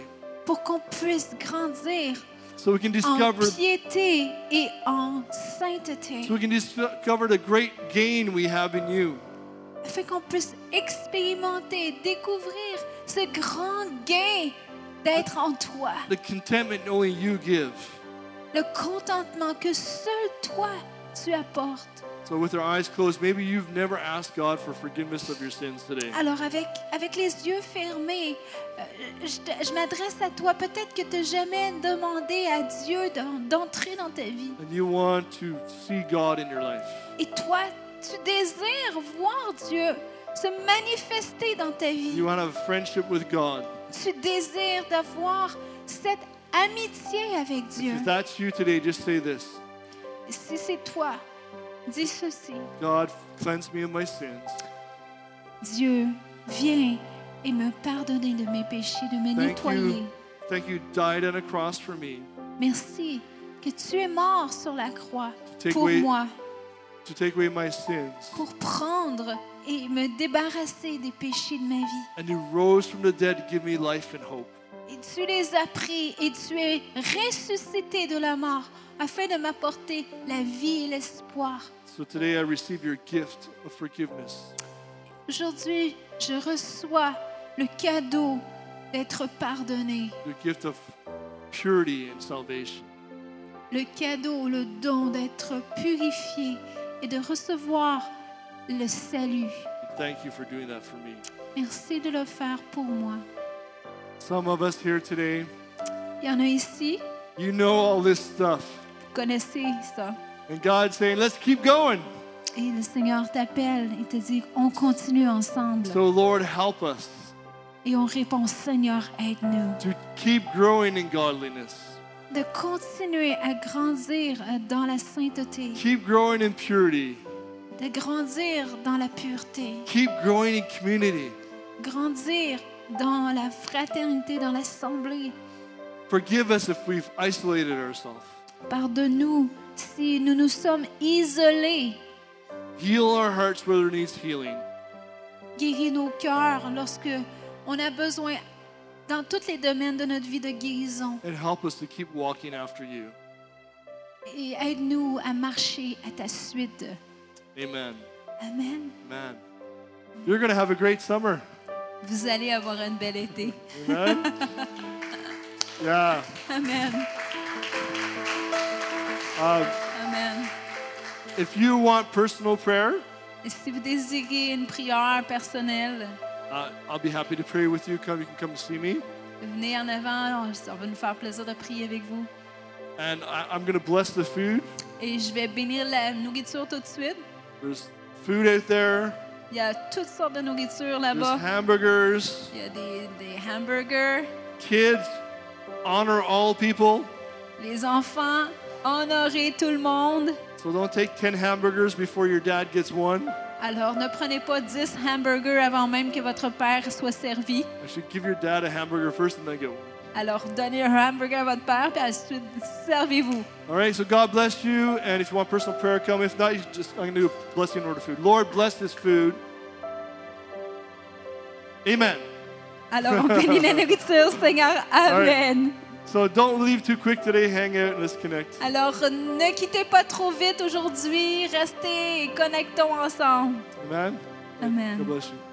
Speaker 3: pour qu'on puisse grandir
Speaker 1: So we can
Speaker 3: en
Speaker 1: discover
Speaker 3: piété et en sainteté.
Speaker 1: so we can discover the great gain we have in you.
Speaker 3: afin qu'on puisse expérimenter, découvrir ce grand gain d'être en toi,
Speaker 1: The contentment only you give.
Speaker 3: le contentement que seul toi tu apportes.
Speaker 1: So, with our eyes closed, maybe you've never asked God for forgiveness of your sins today.
Speaker 3: Alors avec, avec les yeux fermés, euh, je, te- je m'adresse à toi. Peut-être que tu n'as jamais demandé à Dieu d'en- d'entrer dans ta vie.
Speaker 1: And you want to see God in your life.
Speaker 3: Et toi, tu désires voir Dieu se manifester dans ta vie.
Speaker 1: You want to have friendship with God.
Speaker 3: Tu désires d'avoir cette amitié avec Dieu.
Speaker 1: If that's you today, just say this
Speaker 3: Si c'est toi, dis ceci.
Speaker 1: God, cleanse me of my sins.
Speaker 3: Dieu, viens et me pardonner de mes péchés, de me
Speaker 1: Thank
Speaker 3: nettoyer.
Speaker 1: you. Thank you, died on a cross for me
Speaker 3: Merci que tu es mort sur la croix
Speaker 1: Take
Speaker 3: pour
Speaker 1: away-
Speaker 3: moi,
Speaker 1: to take away my sins.
Speaker 3: pour prendre et me débarrasser des péchés de ma vie.
Speaker 1: And you rose from the dead to give me life and hope.
Speaker 3: Et tu les as pris et tu es ressuscité de la mort afin de m'apporter la vie et l'espoir.
Speaker 1: So today I receive your gift of forgiveness.
Speaker 3: Aujourd'hui, je reçois le cadeau d'être pardonné,
Speaker 1: your gift of purity and salvation.
Speaker 3: le cadeau, le don d'être purifié et de recevoir le salut.
Speaker 1: And thank you for doing that for me.
Speaker 3: Merci de le faire pour moi.
Speaker 1: Some of us here today,
Speaker 3: Il y en a ici,
Speaker 1: you know all this stuff.
Speaker 3: vous connaissez ça.
Speaker 1: And God's saying, let's keep going.
Speaker 3: Et le Seigneur t'appelle et te dit, on continue ensemble.
Speaker 1: So, Lord, help us
Speaker 3: Et on répond, Seigneur, aide-nous.
Speaker 1: to keep growing in godliness,
Speaker 3: De continuer à grandir euh, dans la sainteté,
Speaker 1: keep growing in purity,
Speaker 3: de grandir dans la pureté,
Speaker 1: keep growing in community.
Speaker 3: grandir dans la fraternité, dans l'assemblée.
Speaker 1: Forgive us if we've isolated ourselves.
Speaker 3: Pardonne-nous si nous nous sommes isolés.
Speaker 1: Heal our hearts where there needs healing.
Speaker 3: Guéris nos cœurs lorsque on a besoin, dans tous les domaines de notre vie, de guérison.
Speaker 1: And help us to keep walking after you.
Speaker 3: Et aide-nous à marcher à ta suite.
Speaker 1: Amen.
Speaker 3: Amen.
Speaker 1: Amen. You're going to have a great summer.
Speaker 3: Vous allez avoir un bel été.
Speaker 1: Amen. yeah.
Speaker 3: Amen.
Speaker 1: Um,
Speaker 3: Amen.
Speaker 1: If you want personal prayer,
Speaker 3: Et si vous désirez une prière personnelle,
Speaker 1: uh, I'll be happy to pray with you. Come, you can come see me.
Speaker 3: venez en avant. On, on va nous faire plaisir de prier avec vous.
Speaker 1: And I, I'm going to bless the food.
Speaker 3: Et je vais bénir la nourriture tout de suite.
Speaker 1: There's food out there.
Speaker 3: Il y a toutes sortes de
Speaker 1: There's
Speaker 3: nourriture là-bas.
Speaker 1: hamburgers.
Speaker 3: Il y a des, des hamburgers.
Speaker 1: Kids, honor all people.
Speaker 3: Les enfants, honorez tout le monde.
Speaker 1: So don't take 10 hamburgers before your dad gets one. I
Speaker 3: Alors, ne prenez pas 10 hamburgers avant même que votre père soit servi.
Speaker 1: should give your dad a hamburger first and then go.
Speaker 3: Alors, donnez un hamburger à votre père, puis ensuite, servez-vous.
Speaker 1: All right, so God bless you. And if you want personal prayer, come. If not, you just I'm going to do a blessing and order food. Lord, bless this food. Amen.
Speaker 3: Alors, on bénit la nourriture, Seigneur. Amen.
Speaker 1: So don't leave too quick today. Hang out and let's connect.
Speaker 3: Alors, ne quittez pas trop vite aujourd'hui. Restez et connectons ensemble.
Speaker 1: Amen.
Speaker 3: Amen.
Speaker 1: God bless you.